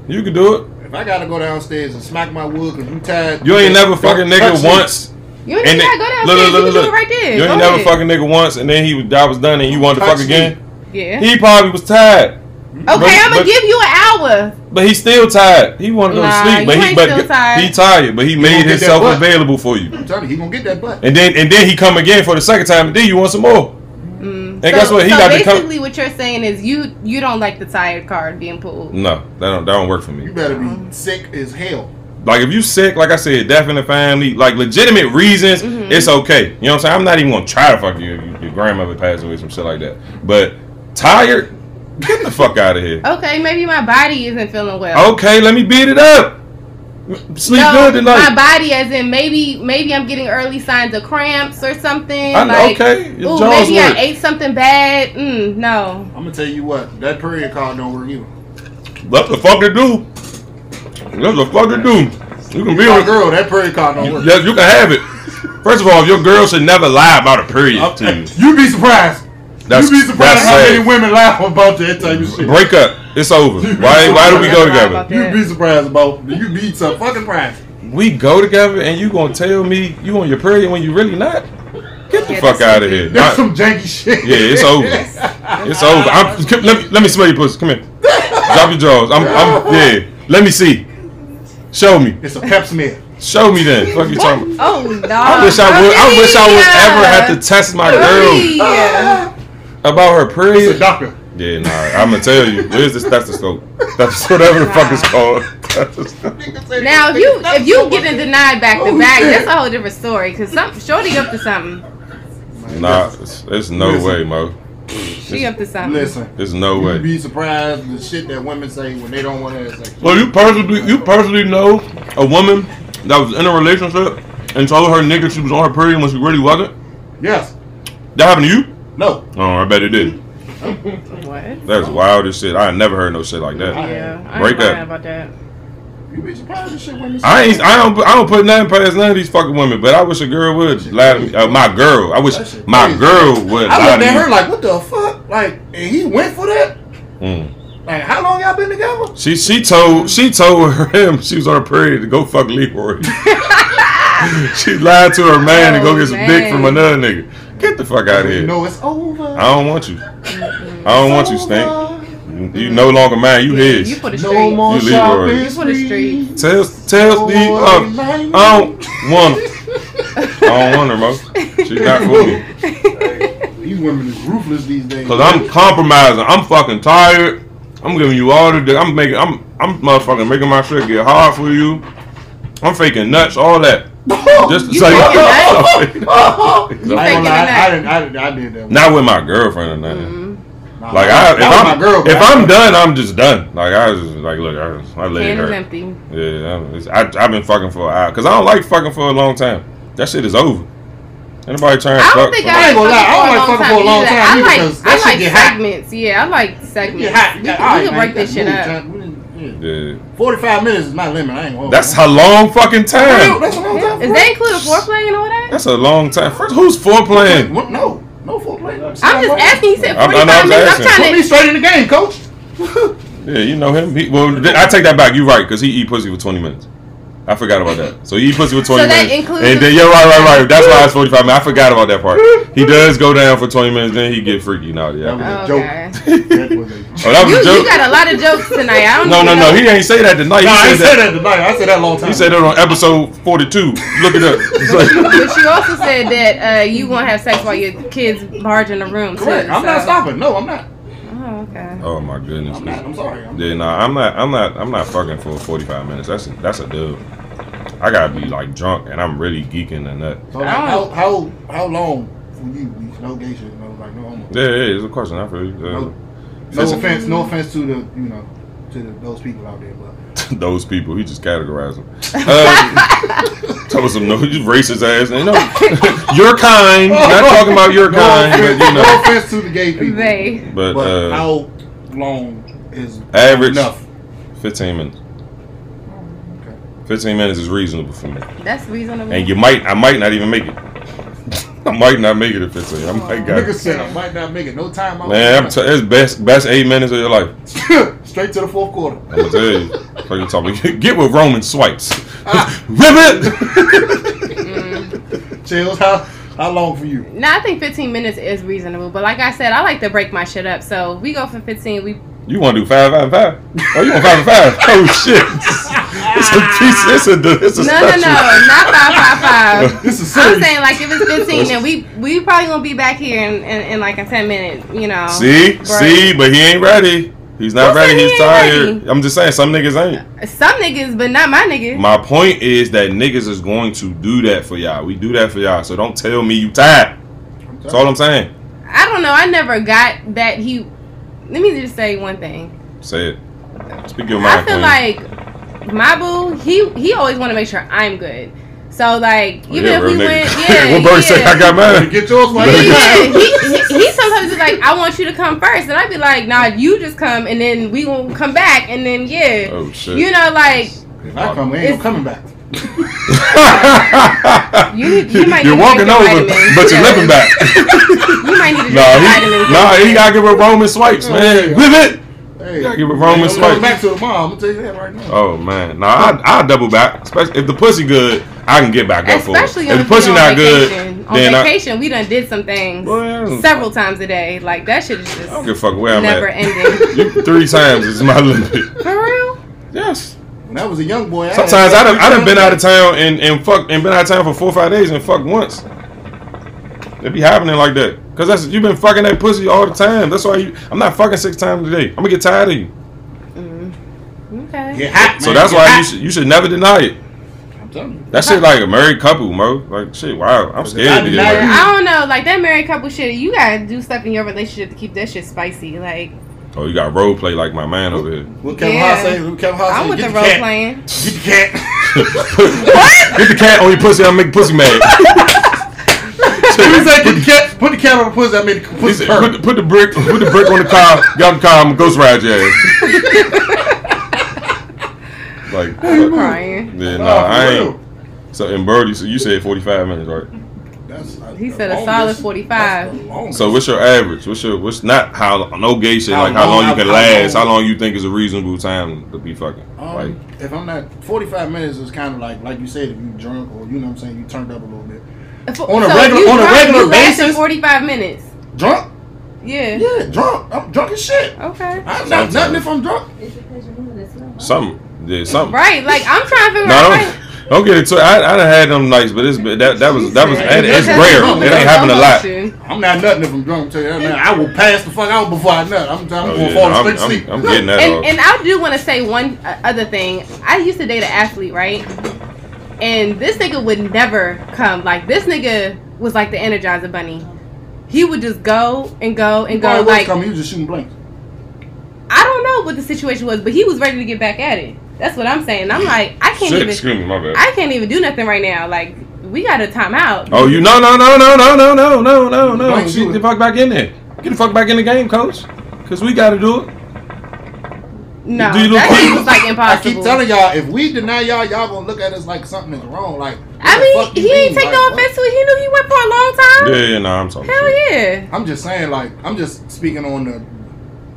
[SPEAKER 3] You can do it.
[SPEAKER 1] If I gotta go downstairs and smack my wood because you tired,
[SPEAKER 3] You ain't never
[SPEAKER 1] don't
[SPEAKER 3] fucking
[SPEAKER 1] touch
[SPEAKER 3] nigga
[SPEAKER 1] me.
[SPEAKER 3] once.
[SPEAKER 4] You ain't
[SPEAKER 3] And
[SPEAKER 4] gotta
[SPEAKER 3] then-
[SPEAKER 4] go downstairs.
[SPEAKER 3] look, look,
[SPEAKER 4] you
[SPEAKER 3] look,
[SPEAKER 4] can do
[SPEAKER 3] look.
[SPEAKER 4] it right there.
[SPEAKER 3] You
[SPEAKER 4] Go
[SPEAKER 3] ain't never
[SPEAKER 4] ahead.
[SPEAKER 3] fucking nigga once, and then he was- that was done, and you wanted to
[SPEAKER 1] Touch
[SPEAKER 3] fuck
[SPEAKER 1] me.
[SPEAKER 3] again.
[SPEAKER 4] Yeah.
[SPEAKER 3] He probably was tired,
[SPEAKER 4] okay, I'm gonna
[SPEAKER 3] but-
[SPEAKER 4] give you an hour.
[SPEAKER 3] but he still tired. He wanted to go
[SPEAKER 4] Nah,
[SPEAKER 3] to sleep, but
[SPEAKER 4] you
[SPEAKER 3] he
[SPEAKER 4] ain't
[SPEAKER 3] but
[SPEAKER 4] still tired.
[SPEAKER 3] he tired, but he
[SPEAKER 1] gonna
[SPEAKER 3] made
[SPEAKER 1] get that
[SPEAKER 3] himself
[SPEAKER 1] butt.
[SPEAKER 3] available for you.
[SPEAKER 1] I'm telling you, he gonna get that butt.
[SPEAKER 3] And then and then he come again for the second time, and then you want some more.
[SPEAKER 4] Mm.
[SPEAKER 3] And guess what? He
[SPEAKER 4] so
[SPEAKER 3] got to come.
[SPEAKER 4] basically, what you're saying is you you don't like the tired card being pulled.
[SPEAKER 3] No, that don't that don't work for
[SPEAKER 1] You
[SPEAKER 3] me.
[SPEAKER 1] better be sick as hell.
[SPEAKER 3] Like if you sick, like I said, death in the family, like legitimate reasons,
[SPEAKER 4] Mm-hmm.
[SPEAKER 3] it's okay. You know what I'm saying? I'm not even gonna try to fuck you if you- your grandmother passed away, some shit like that. But tired, get the fuck out of here.
[SPEAKER 4] Okay, maybe my body isn't feeling well.
[SPEAKER 3] Okay, let me beat it up. Sleep
[SPEAKER 4] No,
[SPEAKER 3] Oh, good
[SPEAKER 4] my
[SPEAKER 3] tonight.
[SPEAKER 4] body, as in maybe maybe I'm getting early signs of cramps or something.
[SPEAKER 3] I know,
[SPEAKER 4] like,
[SPEAKER 3] okay, your
[SPEAKER 4] ooh,
[SPEAKER 3] jaws
[SPEAKER 4] maybe
[SPEAKER 3] work.
[SPEAKER 4] I ate something bad. Mm, no,
[SPEAKER 1] I'm gonna tell you what, that period card don't work either.
[SPEAKER 3] That's the fuck to do. That's the fuck to do. You can be
[SPEAKER 1] My
[SPEAKER 3] on
[SPEAKER 1] girl, that period card don't work.
[SPEAKER 3] Yes, you can have it. First of all, your girl should never lie about a period
[SPEAKER 1] Up
[SPEAKER 3] to you.
[SPEAKER 1] You'd be surprised.
[SPEAKER 3] That's
[SPEAKER 1] You'd be surprised
[SPEAKER 3] that's
[SPEAKER 1] how
[SPEAKER 3] sad.
[SPEAKER 1] many women laugh about that type of shit.
[SPEAKER 3] Break up. It's over. Why? Why do we go
[SPEAKER 4] Never lie about
[SPEAKER 3] together?
[SPEAKER 1] You'd be surprised about. You'd be some fucking surprised.
[SPEAKER 3] We go together, and you gonna tell me you on your period when you really not? Get the
[SPEAKER 4] Yeah,
[SPEAKER 3] fuck
[SPEAKER 4] that's
[SPEAKER 3] out of here.
[SPEAKER 1] That's some
[SPEAKER 3] Not-
[SPEAKER 1] janky shit.
[SPEAKER 3] yeah, it's over. It's over. I'm, c- let me let me smell your pussy. Come here. Drop your jaws. I'm, I'm yeah. Let me see. Show me.
[SPEAKER 1] It's a pep smear.
[SPEAKER 3] Show me then. Fuck you talking. about?
[SPEAKER 4] Oh no!
[SPEAKER 3] I wish I would. I wish I would ever have to test my girl about her
[SPEAKER 1] It's a
[SPEAKER 3] period.
[SPEAKER 1] doctor.
[SPEAKER 3] Yeah, nah, I'm gonna tell you. Where's the stethoscope? That's whatever the fuck it's called. Stethoscope.
[SPEAKER 4] Now, if you if you getting denied back
[SPEAKER 3] Oh,
[SPEAKER 4] to back,
[SPEAKER 1] shit.
[SPEAKER 4] that's a whole different story. Cause some shorty up to something.
[SPEAKER 3] Nah, it's, it's no
[SPEAKER 1] Listen.
[SPEAKER 3] way, Mo.
[SPEAKER 4] She up to something.
[SPEAKER 1] Listen.
[SPEAKER 3] There's no
[SPEAKER 1] You'd
[SPEAKER 3] way.
[SPEAKER 1] be surprised the shit that women say when they don't want to have sex.
[SPEAKER 3] So you personally, you personally know a woman that was in a relationship and told her nigga she was on her period when she really wasn't.
[SPEAKER 1] Yes.
[SPEAKER 3] That happened to you?
[SPEAKER 1] No.
[SPEAKER 3] Oh, I bet it did.
[SPEAKER 4] What?
[SPEAKER 3] That's wild as shit. I ain't never heard no shit like that.
[SPEAKER 4] Yeah, I ain't
[SPEAKER 3] Break
[SPEAKER 4] lying
[SPEAKER 3] up.
[SPEAKER 4] about that.
[SPEAKER 1] You'd be surprised the shit women say.
[SPEAKER 3] I ain't, I don't I don't put nothing past none of these fucking women, but I wish a girl would lie to me. Uh, my girl, I wish
[SPEAKER 1] That shit
[SPEAKER 3] my
[SPEAKER 1] crazy.
[SPEAKER 3] girl would
[SPEAKER 1] I
[SPEAKER 3] lie
[SPEAKER 1] looked
[SPEAKER 3] to
[SPEAKER 1] at
[SPEAKER 3] me.
[SPEAKER 1] her like, what the fuck? Like, and he went for that?
[SPEAKER 3] Mm.
[SPEAKER 1] Like, how long y'all been together?
[SPEAKER 3] She she told she told her him she was on a period to go fuck Leroy. she lied to her man to go get some dick from another nigga. Get the fuck out of
[SPEAKER 1] You
[SPEAKER 3] here.
[SPEAKER 1] know it's over.
[SPEAKER 3] I don't want you. I don't want you, Stink. You no longer mine. You
[SPEAKER 4] You
[SPEAKER 3] his.
[SPEAKER 4] for the
[SPEAKER 1] No
[SPEAKER 4] street.
[SPEAKER 1] more
[SPEAKER 3] You leave her
[SPEAKER 1] shopping.
[SPEAKER 3] already.
[SPEAKER 4] You for the street.
[SPEAKER 3] Tell
[SPEAKER 1] Oh,
[SPEAKER 3] tell Steve uh, I don't want her. I don't want her, Mo. She not for me.
[SPEAKER 1] These women is ruthless these days.
[SPEAKER 3] Cause I'm compromising. I'm fucking tired. I'm giving you all the. dick. I'm making. I'm. I'm motherfucking making my shit get hard for you. I'm faking nuts. All that. Just to
[SPEAKER 4] You
[SPEAKER 3] say.
[SPEAKER 4] faking
[SPEAKER 1] I ain't
[SPEAKER 4] faking
[SPEAKER 1] gonna lie, I,
[SPEAKER 4] that.
[SPEAKER 1] didn't, I, didn't, I did that. one.
[SPEAKER 3] Not with my girlfriend or nothing.
[SPEAKER 1] Nah,
[SPEAKER 3] Like I,
[SPEAKER 1] Mm. that
[SPEAKER 3] if
[SPEAKER 1] was
[SPEAKER 3] I'm
[SPEAKER 1] my girl,
[SPEAKER 3] if
[SPEAKER 1] but I-
[SPEAKER 3] I'm done, I'm just done. Like I was just like, look, I, just- I laid
[SPEAKER 4] Can is
[SPEAKER 3] her.
[SPEAKER 4] empty.
[SPEAKER 3] Yeah, I'm- it's- I, I've been fucking for a while because I don't like fucking for a long time. That shit is over. Anybody trying to
[SPEAKER 4] I
[SPEAKER 3] fuck?
[SPEAKER 4] don't think
[SPEAKER 3] for-
[SPEAKER 1] I
[SPEAKER 4] I,
[SPEAKER 1] ain't gonna lie, I don't
[SPEAKER 4] like
[SPEAKER 1] like
[SPEAKER 4] fucking for a long time.
[SPEAKER 1] either,
[SPEAKER 4] either.
[SPEAKER 1] 'cause
[SPEAKER 4] I
[SPEAKER 1] that shit
[SPEAKER 4] like, I like
[SPEAKER 1] get hot.
[SPEAKER 4] segments. Yeah, I like segments.
[SPEAKER 1] Yeah, hot.
[SPEAKER 4] We
[SPEAKER 1] Yeah,
[SPEAKER 4] can, we
[SPEAKER 1] all
[SPEAKER 4] can
[SPEAKER 1] right,
[SPEAKER 4] break this shit
[SPEAKER 1] move,
[SPEAKER 4] up.
[SPEAKER 1] John. We didn't- yeah.
[SPEAKER 3] Yeah.
[SPEAKER 1] Forty-five minutes is not limit. I ain't going.
[SPEAKER 3] That's a long fucking
[SPEAKER 1] Real,
[SPEAKER 3] time.
[SPEAKER 1] That's a long time.
[SPEAKER 4] Is that included foreplay and all that?
[SPEAKER 3] That's a long time. First, who's foreplaying?
[SPEAKER 1] What? No, no foreplay.
[SPEAKER 4] I'm just asking. He said
[SPEAKER 3] I'm- I'm
[SPEAKER 4] 45
[SPEAKER 3] just
[SPEAKER 4] minutes. I'm
[SPEAKER 3] asking.
[SPEAKER 1] Put
[SPEAKER 4] trying
[SPEAKER 1] me
[SPEAKER 4] to.
[SPEAKER 1] straight in the game, coach.
[SPEAKER 3] Yeah, you know him. He, well, th- I take that back. You're right because he eat pussy for 20 minutes. I forgot about that. So he eat pussy for 20
[SPEAKER 4] So that
[SPEAKER 3] minutes.
[SPEAKER 4] includes-
[SPEAKER 3] And then, yeah, right, right, right. That's why it's 45 minutes. I forgot about that part. He does go down for 20 minutes, then he get freaky. No, yeah.
[SPEAKER 1] That
[SPEAKER 4] Okay.
[SPEAKER 1] Joke. That was a-
[SPEAKER 3] Oh, that was
[SPEAKER 4] You,
[SPEAKER 3] a joke.
[SPEAKER 4] you got a lot of jokes tonight. I don't
[SPEAKER 3] No,
[SPEAKER 4] even
[SPEAKER 3] no,
[SPEAKER 4] know.
[SPEAKER 3] no. He ain't say that tonight.
[SPEAKER 1] Nah, I
[SPEAKER 3] he
[SPEAKER 1] ain't said
[SPEAKER 3] said that.
[SPEAKER 1] that tonight. I said that a long time.
[SPEAKER 3] He said that on episode 42. Look it up. It's like,
[SPEAKER 4] But you also said that uh, you won't have sex while your kids barge in the room. Too,
[SPEAKER 1] Correct. I'm not
[SPEAKER 4] so-
[SPEAKER 1] stopping. No, I'm not.
[SPEAKER 4] Oh, okay.
[SPEAKER 3] oh my goodness.
[SPEAKER 1] I'm not. I'm sorry. I'm,
[SPEAKER 3] Yeah, nah, I'm not. I'm not. I'm not fucking for 45 minutes. That's a, that's a dub. I gotta be like drunk and I'm really geeking and that.
[SPEAKER 1] so like, how how how long for you? Reese? No gay shit. No, like no homo.
[SPEAKER 3] Yeah, yeah. It's a question. I feel you.
[SPEAKER 1] No,
[SPEAKER 3] Uh,
[SPEAKER 1] no
[SPEAKER 3] Listen.
[SPEAKER 1] offense. No offense to the you know to the, those people out there, but
[SPEAKER 3] those people. He just categorized them. Uh, told some no, you racist ass. And no, your kind. Not talking about your
[SPEAKER 1] no,
[SPEAKER 3] kind,
[SPEAKER 1] offense,
[SPEAKER 3] but you
[SPEAKER 1] no
[SPEAKER 3] know.
[SPEAKER 1] offense to the gay people.
[SPEAKER 4] They.
[SPEAKER 3] But,
[SPEAKER 1] but
[SPEAKER 3] uh,
[SPEAKER 1] how long is
[SPEAKER 3] Average.
[SPEAKER 1] enough?
[SPEAKER 3] 15 minutes.
[SPEAKER 1] Okay.
[SPEAKER 3] 15 minutes is reasonable for me.
[SPEAKER 4] That's reasonable.
[SPEAKER 3] And you might, I might not even make it. I might not make it if it's a, I might
[SPEAKER 1] Nigga
[SPEAKER 3] got.
[SPEAKER 1] said I might not make it. No time out.
[SPEAKER 3] Man, I'm t- it's best best eight minutes of your life.
[SPEAKER 1] straight to the fourth quarter.
[SPEAKER 3] I'm gonna tell you. Fucking talking. Get with Roman Swipes.
[SPEAKER 1] Ah.
[SPEAKER 3] Rip it.
[SPEAKER 1] Chills. How how long for you?
[SPEAKER 4] No, I think 15 minutes is reasonable. But like I said, I like to break my shit up. So we go for 15. We
[SPEAKER 3] you want to do five, five, and five? Oh, you want five and five? Oh shit! It's a piece. It's a. It's a
[SPEAKER 4] no, no,
[SPEAKER 3] special.
[SPEAKER 4] no, not five, five, five.
[SPEAKER 1] This is
[SPEAKER 4] I'm
[SPEAKER 1] serious.
[SPEAKER 4] saying like if it's 15, then we we probably gonna be back here in, in, in like a 10 minute. You know.
[SPEAKER 3] See, see, but he ain't ready. He's not
[SPEAKER 4] Who said
[SPEAKER 3] ready.
[SPEAKER 4] he ain't
[SPEAKER 3] He's tired.
[SPEAKER 4] ready?
[SPEAKER 3] I'm just saying, some niggas ain't.
[SPEAKER 4] Some niggas, but not my niggas.
[SPEAKER 3] My point is that niggas is going to do that for y'all. We do that for y'all. So don't tell me you tired. That's all I'm saying.
[SPEAKER 4] I don't know. I never got that he. Let me just say one thing.
[SPEAKER 3] Say it. Speak your
[SPEAKER 4] I
[SPEAKER 3] mind.
[SPEAKER 4] feel
[SPEAKER 3] queen.
[SPEAKER 4] like my boo, he he always want to make sure I'm good. So like
[SPEAKER 3] Oh,
[SPEAKER 4] even
[SPEAKER 3] yeah,
[SPEAKER 4] if
[SPEAKER 3] real
[SPEAKER 4] we
[SPEAKER 3] nigga.
[SPEAKER 4] went, yeah,
[SPEAKER 3] what Bird say?
[SPEAKER 4] yeah.
[SPEAKER 3] I got
[SPEAKER 1] You
[SPEAKER 3] mine.
[SPEAKER 1] Get yours one
[SPEAKER 4] Yeah,
[SPEAKER 3] Better
[SPEAKER 4] yeah.
[SPEAKER 1] time.
[SPEAKER 4] He, he, he sometimes is like, I want you to come first, and I'd be like, Nah, you just come, and then we will come back, and then yeah,
[SPEAKER 3] Oh shit.
[SPEAKER 4] you know, like
[SPEAKER 1] If I come, ain't no
[SPEAKER 4] It's-
[SPEAKER 1] coming back.
[SPEAKER 4] You need- you might
[SPEAKER 3] are
[SPEAKER 4] need to
[SPEAKER 3] walking
[SPEAKER 4] take your
[SPEAKER 3] over,
[SPEAKER 4] vitamins.
[SPEAKER 3] but you're
[SPEAKER 4] Yeah.
[SPEAKER 3] limping back.
[SPEAKER 4] you might need to
[SPEAKER 3] nah,
[SPEAKER 4] just
[SPEAKER 3] he,
[SPEAKER 4] vitamins.
[SPEAKER 3] nah, he gotta give her Roman swipes, man.
[SPEAKER 1] Yeah.
[SPEAKER 3] With it.
[SPEAKER 1] Hey,
[SPEAKER 3] gotta give a Roman
[SPEAKER 1] ain't no coming
[SPEAKER 3] Spike.
[SPEAKER 1] back to the mom. I'm gonna tell you that right now.
[SPEAKER 3] Oh man, nah, I I double back. Especially if the pussy good, I can get back up for it.
[SPEAKER 4] Especially on
[SPEAKER 3] If the pussy
[SPEAKER 4] on
[SPEAKER 3] not
[SPEAKER 4] vacation.
[SPEAKER 3] good,
[SPEAKER 4] on
[SPEAKER 3] then I,
[SPEAKER 4] vacation, we done did some things
[SPEAKER 3] Well, yeah, I don't-
[SPEAKER 4] several times a day. Like that shit is
[SPEAKER 3] I don't
[SPEAKER 4] just
[SPEAKER 3] give a fuck where I'm
[SPEAKER 4] never
[SPEAKER 3] at.
[SPEAKER 4] ending.
[SPEAKER 3] You three times is my limit.
[SPEAKER 4] For real?
[SPEAKER 3] Yes.
[SPEAKER 1] When I was a young boy, I had-
[SPEAKER 3] Sometimes I done, I done been out of town and, and fuck and been out of town for four or five days and fucked once. It be happening like that. Cause that's you been fucking that pussy all the time. That's why you I'm not fucking six times a day. I'm gonna get tired of you. Mm-hmm.
[SPEAKER 4] Mm, Okay.
[SPEAKER 1] Get hot,
[SPEAKER 3] So
[SPEAKER 1] man,
[SPEAKER 3] that's
[SPEAKER 1] get
[SPEAKER 3] why you
[SPEAKER 1] hot.
[SPEAKER 3] should you should never deny it.
[SPEAKER 1] I'm telling you.
[SPEAKER 3] That shit like a married couple, bro. Like shit, wow. I'm scared to get
[SPEAKER 1] I
[SPEAKER 3] married.
[SPEAKER 1] deny
[SPEAKER 4] I don't know, like that married couple shit. You gotta do stuff in your relationship to keep that shit spicy. Like
[SPEAKER 3] Oh, you got role play like my man over here.
[SPEAKER 1] What Kevin
[SPEAKER 4] Yeah.
[SPEAKER 1] Hart say? What Kevin Hart
[SPEAKER 4] I'm
[SPEAKER 1] say?
[SPEAKER 4] with
[SPEAKER 1] Get
[SPEAKER 4] the
[SPEAKER 1] the
[SPEAKER 4] role
[SPEAKER 1] cat.
[SPEAKER 4] playing.
[SPEAKER 1] Get the cat.
[SPEAKER 3] Get the cat on your pussy, I'll make pussy mad.
[SPEAKER 1] he said, "Get the cat. Put the cat on the pussy. I mean, the
[SPEAKER 3] He
[SPEAKER 1] pussy
[SPEAKER 3] said,
[SPEAKER 1] hurt.
[SPEAKER 3] put, the, put the brick put the brick on the car, got the car, I'm gonna ghost ride your ass. like
[SPEAKER 4] I'm
[SPEAKER 3] fuck.
[SPEAKER 4] crying.
[SPEAKER 3] Yeah,
[SPEAKER 1] Nah,
[SPEAKER 3] no, I
[SPEAKER 1] Oh, for
[SPEAKER 3] ain't.
[SPEAKER 1] real.
[SPEAKER 3] So in Birdie, so you said forty five minutes, right?
[SPEAKER 1] That's like
[SPEAKER 4] He
[SPEAKER 1] the
[SPEAKER 4] said a solid
[SPEAKER 1] longest-
[SPEAKER 4] 45.
[SPEAKER 1] that's the longest.
[SPEAKER 3] So what's your average? What's your what's not how no gay shit
[SPEAKER 1] How
[SPEAKER 3] like how
[SPEAKER 1] long
[SPEAKER 3] long you
[SPEAKER 1] I-
[SPEAKER 3] can
[SPEAKER 1] how
[SPEAKER 3] last? How
[SPEAKER 1] long-
[SPEAKER 3] long you think is a reasonable time to be fucking?
[SPEAKER 1] Um,
[SPEAKER 3] Like
[SPEAKER 1] if I'm not 45 minutes is kind of like like you said if you drunk or you know what I'm saying you turned up a little bit. On a regular-
[SPEAKER 4] you
[SPEAKER 1] on a
[SPEAKER 4] drunk,
[SPEAKER 1] regular
[SPEAKER 4] you lasted
[SPEAKER 1] basis?
[SPEAKER 4] 45 minutes.
[SPEAKER 1] Drunk?
[SPEAKER 4] Yeah.
[SPEAKER 1] Yeah, drunk. I'm drunk as shit.
[SPEAKER 4] Okay.
[SPEAKER 1] I'm not
[SPEAKER 3] Sometimes.
[SPEAKER 1] nothing if I'm drunk.
[SPEAKER 3] something, yeah, something.
[SPEAKER 4] Right. Like I'm trying to figure
[SPEAKER 3] No,
[SPEAKER 4] out.
[SPEAKER 3] I
[SPEAKER 4] Like,
[SPEAKER 3] don't. Don't get it. twi- I I done had them nights, but it's but that that was that was and it's rare. It ain't happening a lot.
[SPEAKER 4] Emotion.
[SPEAKER 1] I'm not nothing if I'm drunk. Tell you that now. I will pass the fuck out before I nut. I'm, I'm
[SPEAKER 3] Oh,
[SPEAKER 1] gonna
[SPEAKER 3] yeah,
[SPEAKER 1] fall
[SPEAKER 3] I'm,
[SPEAKER 1] asleep. sleep.
[SPEAKER 3] I'm, I'm getting that uh,
[SPEAKER 4] and,
[SPEAKER 3] off.
[SPEAKER 4] and I do want to say one uh, other thing. I used to date an athlete, right? And this nigga would never come. Like this nigga was like the Energizer Bunny. He would just go and go and go.
[SPEAKER 1] Probably
[SPEAKER 4] Like
[SPEAKER 1] come, you just shooting blanks.
[SPEAKER 4] I don't know what the situation was, but he was ready to get back at it. That's what I'm saying. I'm like, I can't
[SPEAKER 3] Shit,
[SPEAKER 4] even.
[SPEAKER 3] excuse me, my bad.
[SPEAKER 4] I can't even do nothing right now. Like we got a timeout.
[SPEAKER 3] Oh, you no no no no no no no no no no.
[SPEAKER 1] Don't do
[SPEAKER 3] Get the
[SPEAKER 1] it.
[SPEAKER 3] fuck back in there. Get the fuck back in the game, coach. Cause we got to do it.
[SPEAKER 4] no,
[SPEAKER 3] do you look-
[SPEAKER 4] that shit was like
[SPEAKER 1] I
[SPEAKER 4] impossible.
[SPEAKER 1] keep telling y'all, if we deny y'all, y'all gonna look at us like something is wrong. Like what
[SPEAKER 4] I
[SPEAKER 1] the
[SPEAKER 4] mean,
[SPEAKER 1] fuck you
[SPEAKER 4] he ain't
[SPEAKER 1] mean?
[SPEAKER 4] take no
[SPEAKER 1] Like, what?
[SPEAKER 4] offense to it. He knew he went for a long time.
[SPEAKER 3] Yeah, yeah, no, I'm talking.
[SPEAKER 4] Hell
[SPEAKER 3] shit.
[SPEAKER 4] yeah.
[SPEAKER 1] I'm just saying, like I'm just speaking on the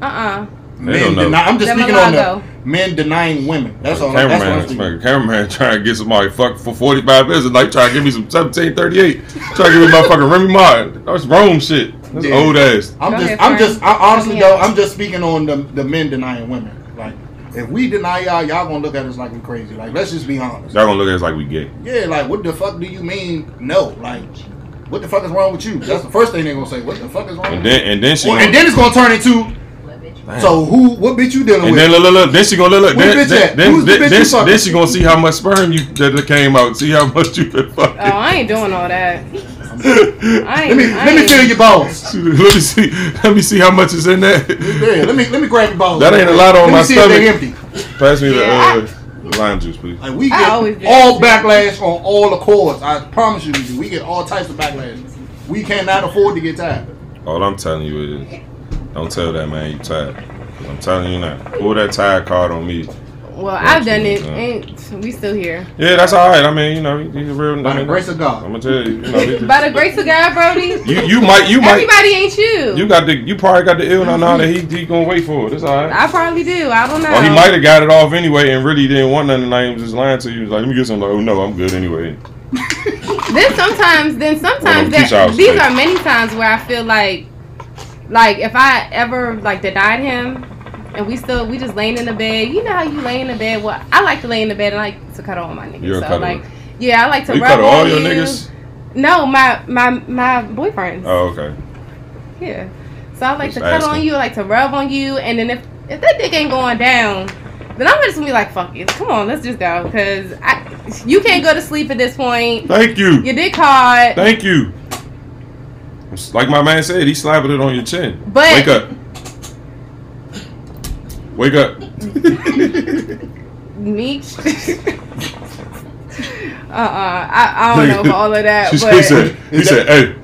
[SPEAKER 4] Uh uh
[SPEAKER 3] don't
[SPEAKER 1] men.
[SPEAKER 3] know.
[SPEAKER 1] Deny- I'm just
[SPEAKER 4] Them
[SPEAKER 1] speaking on
[SPEAKER 4] Milano.
[SPEAKER 1] the men denying women. That's all. That's what I'm
[SPEAKER 3] Cameraman,
[SPEAKER 1] speaking.
[SPEAKER 3] fucking cameraman trying to get somebody fucked for 45 minutes and like trying to give me some 1738. Trying to give me my fucking Remy Ma. That's Rome shit. That's
[SPEAKER 1] Yeah.
[SPEAKER 3] old ass.
[SPEAKER 1] I'm
[SPEAKER 4] Go
[SPEAKER 1] just,
[SPEAKER 4] ahead,
[SPEAKER 1] I'm
[SPEAKER 4] Fran.
[SPEAKER 1] just, I, honestly
[SPEAKER 4] Go
[SPEAKER 1] though,
[SPEAKER 4] ahead.
[SPEAKER 1] I'm just speaking on the, the men denying women. Like, if we deny y'all, y'all gonna look at us like we crazy. Like, let's just be honest.
[SPEAKER 3] Y'all gonna look at us like we gay.
[SPEAKER 1] Yeah, like, what the fuck do you mean no? Like, what the fuck is wrong with you? That's the first thing they gonna say. What the fuck is wrong?
[SPEAKER 3] And
[SPEAKER 1] with
[SPEAKER 3] then and then she
[SPEAKER 1] you? Well,
[SPEAKER 3] gonna,
[SPEAKER 1] and then it's gonna turn into. So who? What bitch you dealing
[SPEAKER 3] and
[SPEAKER 1] with?
[SPEAKER 3] then look, look, look, then she gonna look, look,
[SPEAKER 1] Who the
[SPEAKER 3] then,
[SPEAKER 1] bitch
[SPEAKER 3] then,
[SPEAKER 1] at?
[SPEAKER 3] then,
[SPEAKER 1] Who's the
[SPEAKER 3] then,
[SPEAKER 1] bitch you
[SPEAKER 3] then,
[SPEAKER 1] fucking?
[SPEAKER 3] then she gonna see how much sperm you that came out, see how much you been
[SPEAKER 4] Oh,
[SPEAKER 3] fucking.
[SPEAKER 4] I ain't doing all that. I ain't.
[SPEAKER 1] let me
[SPEAKER 4] I
[SPEAKER 1] let me
[SPEAKER 4] ain't-
[SPEAKER 1] feel your balls.
[SPEAKER 3] let me see, let me see how much is in there.
[SPEAKER 1] Yeah, let me let me grab your balls.
[SPEAKER 3] That ain't a lot
[SPEAKER 1] let
[SPEAKER 3] on my
[SPEAKER 1] me see
[SPEAKER 3] stomach.
[SPEAKER 1] If they empty.
[SPEAKER 3] Pass me
[SPEAKER 4] Yeah,
[SPEAKER 3] the uh, lime juice, please.
[SPEAKER 1] Like we
[SPEAKER 4] I always
[SPEAKER 1] get
[SPEAKER 4] do.
[SPEAKER 1] all backlash on all the cores. I promise you, we do. We get all types of backlash. We cannot afford to get tired.
[SPEAKER 3] All I'm telling you is, don't tell that man you tired. 'Cause I'm telling you now, pull that tired card on me.
[SPEAKER 4] Well, I've done it,
[SPEAKER 3] Yeah.
[SPEAKER 4] and we still here.
[SPEAKER 3] Yeah, that's all right. I mean, you know, he's a real.
[SPEAKER 1] By
[SPEAKER 3] I
[SPEAKER 1] the
[SPEAKER 3] mean,
[SPEAKER 1] grace of
[SPEAKER 3] I'm
[SPEAKER 1] God.
[SPEAKER 3] gonna tell you, you know, he just-
[SPEAKER 4] By the grace of God, Brody,
[SPEAKER 3] you, you might, you might,
[SPEAKER 4] everybody ain't you.
[SPEAKER 3] you got the, you probably got the ill now nah, that he, he gonna wait for it. It's all right.
[SPEAKER 4] I probably do. I don't know.
[SPEAKER 3] Or Oh, he might have got it off anyway and really didn't want none of the names. Just lying to you. He was Like, let me get some. Like, oh no, I'm good anyway.
[SPEAKER 4] Then sometimes, then sometimes
[SPEAKER 3] Well, them
[SPEAKER 4] that
[SPEAKER 3] teach
[SPEAKER 4] these
[SPEAKER 3] hours,
[SPEAKER 4] are many times where I feel like, like if I ever like denied him, and we still we just laying in the bed. You know how you lay in the bed. Well, I like to lay in the bed and I like to cuddle on my niggas.
[SPEAKER 3] You're a
[SPEAKER 4] so
[SPEAKER 3] cuddler.
[SPEAKER 4] like, yeah, I like to
[SPEAKER 3] you
[SPEAKER 4] rub
[SPEAKER 3] cut all
[SPEAKER 4] on
[SPEAKER 3] your
[SPEAKER 4] you.
[SPEAKER 3] niggas.
[SPEAKER 4] No, my my my boyfriends.
[SPEAKER 3] Oh okay.
[SPEAKER 4] Yeah. So I like
[SPEAKER 3] Just
[SPEAKER 4] to cuddle on
[SPEAKER 3] asking.
[SPEAKER 4] you, I like to rub on you, and then if if that dick ain't going down, then I'm just gonna be like, fuck it, come on, let's just go, cause I you can't go to sleep at this point.
[SPEAKER 3] Thank you.
[SPEAKER 4] Your dick hard.
[SPEAKER 3] Thank you. It's Like my man said, he slapping it on your chin.
[SPEAKER 4] But-
[SPEAKER 3] wake up. Wake up.
[SPEAKER 4] Me. Uh uh I, I don't know about all of that,
[SPEAKER 3] She
[SPEAKER 4] but
[SPEAKER 3] said, he said, hey,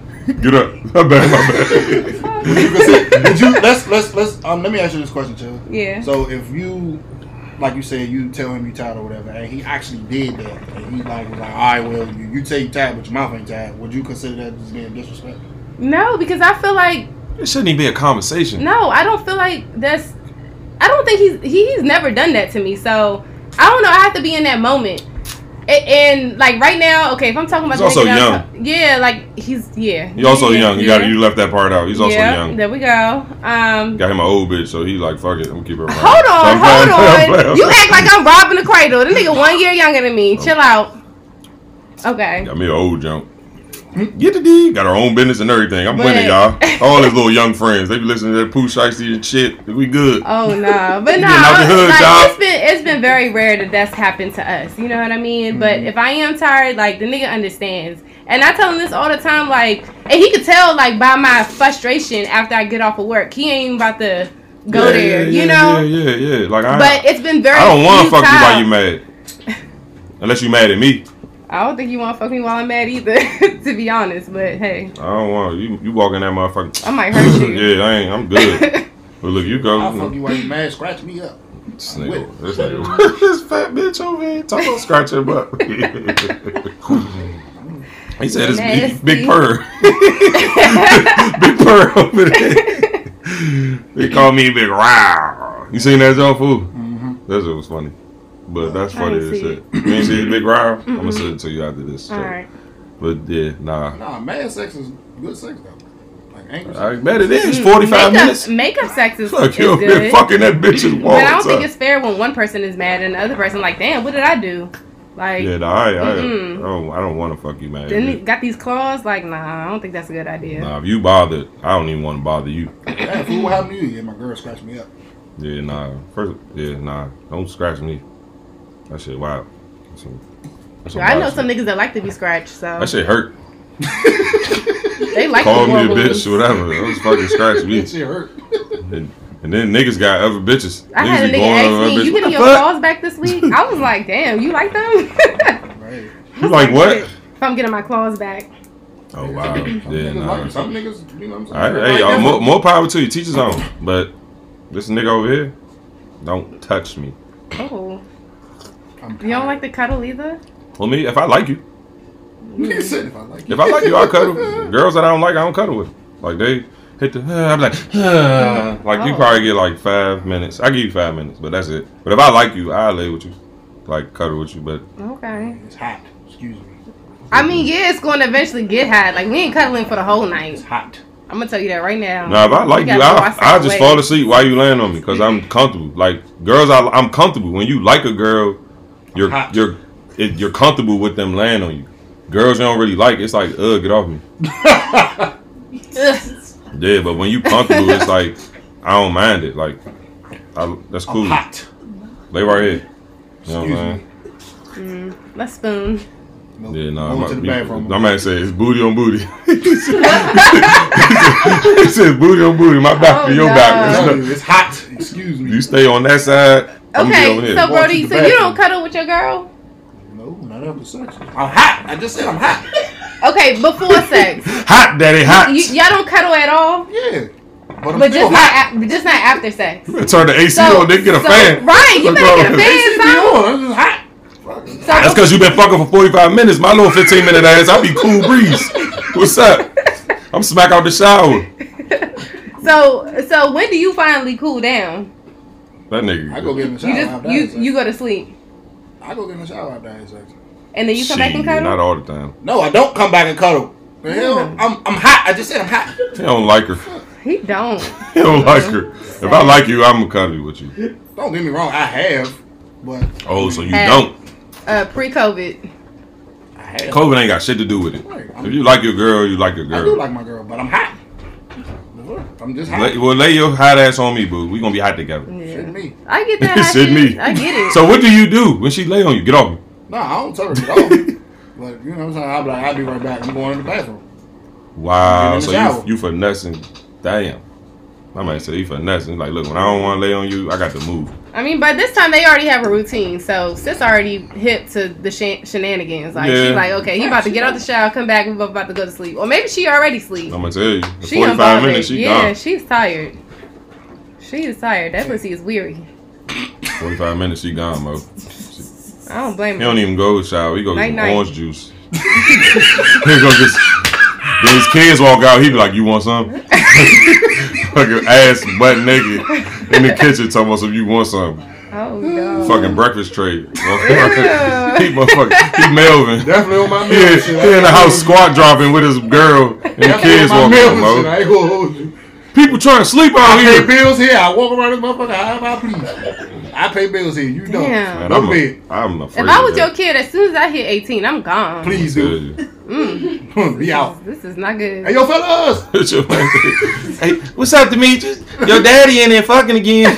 [SPEAKER 3] get up. My bad, my bad.
[SPEAKER 1] Would you consider- would you- let's let's let's um let me ask you this question, Chill.
[SPEAKER 4] yeah,
[SPEAKER 1] So if you like you said, you tell him you tired or whatever, and he actually did that, and he like was like, all right, well, you, you say you tired, but your mouth ain't tired. Would you consider that as being disrespectful?
[SPEAKER 4] no, because I feel like
[SPEAKER 3] It shouldn't even be a conversation.
[SPEAKER 4] No, I don't feel like that's. I don't think he's he, he's never done that to me. So I don't know. I have to be in that moment. A- And, like right now, okay, if I'm talking about
[SPEAKER 3] He's also
[SPEAKER 4] the nigga that I'm
[SPEAKER 3] young.
[SPEAKER 4] ta- yeah, like he's yeah.
[SPEAKER 3] He's also
[SPEAKER 4] Yeah,
[SPEAKER 3] young. You
[SPEAKER 4] yeah.
[SPEAKER 3] got you left that part out. He's also
[SPEAKER 4] yeah,
[SPEAKER 3] young.
[SPEAKER 4] There we go. Um,
[SPEAKER 3] Got him an old bitch, so he like, fuck it, I'm gonna keep it around.
[SPEAKER 4] hold
[SPEAKER 3] So
[SPEAKER 4] on,
[SPEAKER 3] I'm playing, I'm
[SPEAKER 4] hold
[SPEAKER 3] playing,
[SPEAKER 4] on.
[SPEAKER 3] I'm
[SPEAKER 4] You
[SPEAKER 3] playing.
[SPEAKER 4] act like I'm robbing the cradle. The nigga one year younger than me. Chill out. Okay.
[SPEAKER 3] Got me an old junk. Get the D. Got our own business and everything. I'm
[SPEAKER 4] But-
[SPEAKER 3] winning, y'all. All his little young friends. They be listening to that poo shiesty and shit. We good.
[SPEAKER 4] Oh no, but
[SPEAKER 3] You
[SPEAKER 4] no,
[SPEAKER 3] getting out the hood,
[SPEAKER 4] like,
[SPEAKER 3] dog.
[SPEAKER 4] it's been it's been very rare that that's happened to us. You know what I mean? But
[SPEAKER 3] Mm-hmm.
[SPEAKER 4] if I am tired, like the nigga understands, and I tell him this all the time. Like, and he could tell like by my frustration after I get off of work, he ain't even about to go
[SPEAKER 3] Yeah,
[SPEAKER 4] there.
[SPEAKER 3] yeah,
[SPEAKER 4] you
[SPEAKER 3] yeah,
[SPEAKER 4] know.
[SPEAKER 3] Yeah, yeah, yeah. Like I,
[SPEAKER 4] But it's been very.
[SPEAKER 3] I don't want to
[SPEAKER 4] few
[SPEAKER 3] fuck you while
[SPEAKER 4] times.
[SPEAKER 3] you mad. Unless you mad at me.
[SPEAKER 4] I don't think you want to fuck me while I'm mad either, to be honest. But hey,
[SPEAKER 3] I don't want you. You walk in that motherfucker.
[SPEAKER 4] I might hurt you.
[SPEAKER 3] yeah, I ain't. I'm good. but look, you go.
[SPEAKER 1] I'll fuck you while you mad, scratch me up.
[SPEAKER 3] This nigga, this nigga, this fat bitch over here talking about scratch your butt. he said it's big,
[SPEAKER 4] Nasty.
[SPEAKER 3] big purr. big purr over there. they call me Big Row. You seen that John Fool? That shit was funny. But that's
[SPEAKER 4] I didn't
[SPEAKER 3] funny as
[SPEAKER 4] see
[SPEAKER 3] shit. You ain't see the Big Row? I'm gonna send it to you after this.
[SPEAKER 4] all
[SPEAKER 3] so.
[SPEAKER 4] right.
[SPEAKER 3] But yeah, nah.
[SPEAKER 1] Nah, mad sex is good sex though. Like angry
[SPEAKER 3] I
[SPEAKER 1] sex.
[SPEAKER 3] bet it is. 45
[SPEAKER 4] makeup,
[SPEAKER 3] minutes.
[SPEAKER 4] Makeup sex is,
[SPEAKER 3] Fuck
[SPEAKER 4] is
[SPEAKER 3] you, been
[SPEAKER 4] good.
[SPEAKER 3] fucking that bitch's wall.
[SPEAKER 4] But I don't think it's fair when one person is mad and the other person like, damn, what did I do? Like,
[SPEAKER 3] Yeah, nah, I, I,
[SPEAKER 4] Mm-mm.
[SPEAKER 3] oh, I don't want to fuck you, man.
[SPEAKER 4] then it got these claws. Like, nah, I don't think that's a good idea.
[SPEAKER 3] Nah, if you bothered, I don't even want to bother you.
[SPEAKER 1] Damn, fool, what happened to you? Yeah, my girl scratched me up.
[SPEAKER 3] Yeah, nah. First, yeah, nah. Don't scratch me. That shit wild. That's some- that's some
[SPEAKER 4] I know
[SPEAKER 3] wild
[SPEAKER 4] some
[SPEAKER 3] shit.
[SPEAKER 4] niggas that like to be scratched, so
[SPEAKER 3] That shit hurt.
[SPEAKER 4] they like
[SPEAKER 3] Call
[SPEAKER 4] the
[SPEAKER 3] me a
[SPEAKER 4] horror movies.
[SPEAKER 3] bitch or whatever. That was fucking scratch
[SPEAKER 1] That
[SPEAKER 3] me.
[SPEAKER 1] shit hurt.
[SPEAKER 3] And, and then niggas got other bitches.
[SPEAKER 4] I
[SPEAKER 3] niggas
[SPEAKER 4] had a
[SPEAKER 3] be
[SPEAKER 4] nigga
[SPEAKER 3] going
[SPEAKER 4] ask
[SPEAKER 3] over
[SPEAKER 4] me,
[SPEAKER 3] other
[SPEAKER 4] "You
[SPEAKER 3] bitches.
[SPEAKER 4] getting your
[SPEAKER 3] What the
[SPEAKER 4] claws back this week?" I was like, "Damn, you like them?" I
[SPEAKER 1] Right.
[SPEAKER 3] fuck? You
[SPEAKER 4] was
[SPEAKER 3] like
[SPEAKER 4] "Shit,
[SPEAKER 3] what?
[SPEAKER 4] If I'm getting my claws back,
[SPEAKER 3] Oh wow.
[SPEAKER 1] Some
[SPEAKER 3] Yeah,
[SPEAKER 1] niggas like
[SPEAKER 3] nah.
[SPEAKER 1] it. Some niggas, you know what
[SPEAKER 3] All
[SPEAKER 1] I'm saying?
[SPEAKER 3] right,
[SPEAKER 1] Like
[SPEAKER 3] hey, uh,
[SPEAKER 1] that.
[SPEAKER 3] more, more power to you. Teachers on. But this nigga over here, don't touch me.
[SPEAKER 4] oh,
[SPEAKER 1] I'm
[SPEAKER 4] you don't
[SPEAKER 1] tired.
[SPEAKER 4] like the cuddle either."
[SPEAKER 3] Well, me, if I like you,
[SPEAKER 1] Nigga said if I like
[SPEAKER 3] if I like you, I cuddle. Girls that I don't like, I don't cuddle with. Like they hit the, uh, I'm like, uh, like you
[SPEAKER 4] Oh.
[SPEAKER 3] probably get like five minutes. I give you five minutes, but that's it. But if I like you, I lay with you, like cuddle with you. But
[SPEAKER 4] Okay.
[SPEAKER 1] It's hot. Excuse me.
[SPEAKER 4] I mean, yeah, it's going to eventually get hot. Like we ain't cuddling for the whole night.
[SPEAKER 1] It's hot.
[SPEAKER 4] I'm gonna tell you that right now.
[SPEAKER 3] Nah, if I like
[SPEAKER 4] We
[SPEAKER 3] you,
[SPEAKER 4] Um, gotta go our
[SPEAKER 3] I I
[SPEAKER 4] separate
[SPEAKER 3] just
[SPEAKER 4] ways.
[SPEAKER 3] fall asleep while you laying on me because I'm comfortable. Like girls, I, I'm comfortable. When you like a girl, you're
[SPEAKER 1] Hot.
[SPEAKER 3] you're it, you're comfortable with them laying on you. Girls you don't really like, it's like ugh, get off me.
[SPEAKER 4] Ugh.
[SPEAKER 3] Yeah, but when you comfortable, it's like I don't mind it. Like I, that's cool.
[SPEAKER 1] I'm hot.
[SPEAKER 3] Lay right here. You know what
[SPEAKER 1] Excuse
[SPEAKER 3] I'm
[SPEAKER 1] me.
[SPEAKER 4] Let's Mm, spoon.
[SPEAKER 1] No,
[SPEAKER 3] saying? Yeah, nah.
[SPEAKER 1] Going
[SPEAKER 3] my-
[SPEAKER 1] to the
[SPEAKER 3] you-
[SPEAKER 1] bathroom.
[SPEAKER 3] My man said it's booty on booty. he said booty on booty. My back
[SPEAKER 4] Oh,
[SPEAKER 3] to your
[SPEAKER 4] no.
[SPEAKER 3] back.
[SPEAKER 1] Tell you, it's hot. Excuse me.
[SPEAKER 3] You stay on that side. I'm gonna be over
[SPEAKER 4] Okay,
[SPEAKER 3] here.
[SPEAKER 4] so
[SPEAKER 1] Walk to
[SPEAKER 4] Brody,
[SPEAKER 1] the
[SPEAKER 4] so you
[SPEAKER 1] bathroom.
[SPEAKER 4] don't cuddle with your girl?
[SPEAKER 1] No, not after sex. I'm hot. I just said I'm hot.
[SPEAKER 4] Okay, before sex,
[SPEAKER 3] hot, daddy, hot.
[SPEAKER 4] you, y'all don't cuddle at all,
[SPEAKER 1] Yeah. But I'm
[SPEAKER 4] but
[SPEAKER 1] still
[SPEAKER 4] just not
[SPEAKER 1] hot.
[SPEAKER 4] af- just not after sex.
[SPEAKER 3] Better Turn the AC on, then get a
[SPEAKER 4] so-
[SPEAKER 3] fan.
[SPEAKER 4] Right, you
[SPEAKER 3] What's
[SPEAKER 4] better
[SPEAKER 3] wrong
[SPEAKER 4] get a
[SPEAKER 3] with you?
[SPEAKER 1] It's
[SPEAKER 4] fan. son.
[SPEAKER 1] on. I'm just hot. Fuck.
[SPEAKER 4] So
[SPEAKER 3] That's because you've been fucking for 45 minutes. My little 15 minute ass, I be cool breeze. What's up? I'm smack out the shower.
[SPEAKER 4] So so when do you finally cool down?
[SPEAKER 3] That nigga.
[SPEAKER 1] I go get in the shower
[SPEAKER 4] You
[SPEAKER 1] after
[SPEAKER 4] just
[SPEAKER 1] I
[SPEAKER 4] you
[SPEAKER 1] had sex.
[SPEAKER 4] you go to sleep
[SPEAKER 1] I go get in the shower after I had sex.
[SPEAKER 4] and then you come back and
[SPEAKER 3] Shit, Not
[SPEAKER 4] cuddle.
[SPEAKER 3] all the time.
[SPEAKER 1] No, I don't come back and cuddle. The Hell, I'm, I'm hot. I just said I'm hot.
[SPEAKER 3] He don't like her.
[SPEAKER 4] He don't.
[SPEAKER 3] He don't like her. If I like you, I'm gonna cuddle with you.
[SPEAKER 1] Don't get me wrong. I have, but
[SPEAKER 3] Oh, so you
[SPEAKER 4] Hey.
[SPEAKER 3] don't.
[SPEAKER 4] Uh, pre-COVID.
[SPEAKER 1] I have.
[SPEAKER 3] COVID ain't got shit to do with it.
[SPEAKER 1] Right.
[SPEAKER 3] If you like your girl, you like your
[SPEAKER 1] I do
[SPEAKER 3] girl.
[SPEAKER 1] like my girl, but I'm hot. I'm just hot.
[SPEAKER 3] Lay- well, lay your hot ass on me, boo. We gonna be hot together.
[SPEAKER 1] Shit,
[SPEAKER 4] Yeah.
[SPEAKER 1] me.
[SPEAKER 4] I get that. I
[SPEAKER 3] Shit,
[SPEAKER 4] get
[SPEAKER 3] me.
[SPEAKER 4] it. I get it.
[SPEAKER 3] So what do you do when she lay on you? Get off me.
[SPEAKER 1] No, I don't tell her at all. but you know what I'm saying? I'll be like, I'll be right back. I'm going in the bathroom.
[SPEAKER 3] Wow,
[SPEAKER 1] Get in
[SPEAKER 3] so
[SPEAKER 1] the shower.
[SPEAKER 3] you, you finessing. Damn. I might say you finessing. Like, look, when I don't want to lay on you, I got to move.
[SPEAKER 4] I mean, by this time they already have a routine, so sis already hip to the shen- shenanigans. Like
[SPEAKER 3] Yeah.
[SPEAKER 4] she's like, okay, he about to get out the shower, come back, we both about to go to sleep, or maybe she already
[SPEAKER 3] I'm
[SPEAKER 4] sleep.
[SPEAKER 3] going to tell you. In
[SPEAKER 4] She
[SPEAKER 3] 45
[SPEAKER 4] unbothered.
[SPEAKER 3] minutes, she
[SPEAKER 4] yeah,
[SPEAKER 3] gone.
[SPEAKER 4] she's tired. She is tired. That pussy is weary.
[SPEAKER 3] 45 minutes, she gone, bro. She,
[SPEAKER 4] I don't blame
[SPEAKER 3] he
[SPEAKER 4] her.
[SPEAKER 3] don't even go shower. He go get some
[SPEAKER 4] Night-night.
[SPEAKER 3] orange juice. he go get then his kids walk out. He be like, you want some? Fucking ass butt naked in the kitchen talking about some you want some.
[SPEAKER 4] Oh no.
[SPEAKER 3] Fucking breakfast tray. he
[SPEAKER 4] Yeah.
[SPEAKER 3] motherfucker. He Melvin.
[SPEAKER 1] Definitely on my
[SPEAKER 3] He,
[SPEAKER 1] meal.
[SPEAKER 3] he in the house squat dropping with his girl and the kids
[SPEAKER 1] on
[SPEAKER 3] walking
[SPEAKER 1] my meal. shit. I
[SPEAKER 3] around, bro.
[SPEAKER 1] ain't gonna hold you.
[SPEAKER 3] People trying to sleep out
[SPEAKER 1] I pay
[SPEAKER 3] here.
[SPEAKER 1] bills here. I walk around this motherfucker however I please. I pay bills here. You don't.
[SPEAKER 4] Damn.
[SPEAKER 3] Man,
[SPEAKER 1] Go
[SPEAKER 3] I'm,
[SPEAKER 1] to bed.
[SPEAKER 3] a, I'm afraid.
[SPEAKER 4] If I was
[SPEAKER 3] of
[SPEAKER 4] your
[SPEAKER 3] that.
[SPEAKER 4] kid, as soon as I hit 18, I'm gone. Mm.
[SPEAKER 1] Please do. Be out.
[SPEAKER 4] This is not good.
[SPEAKER 1] Hey, yo, fellas.
[SPEAKER 3] hey, what's up, Demetrius? Your daddy in there fucking again.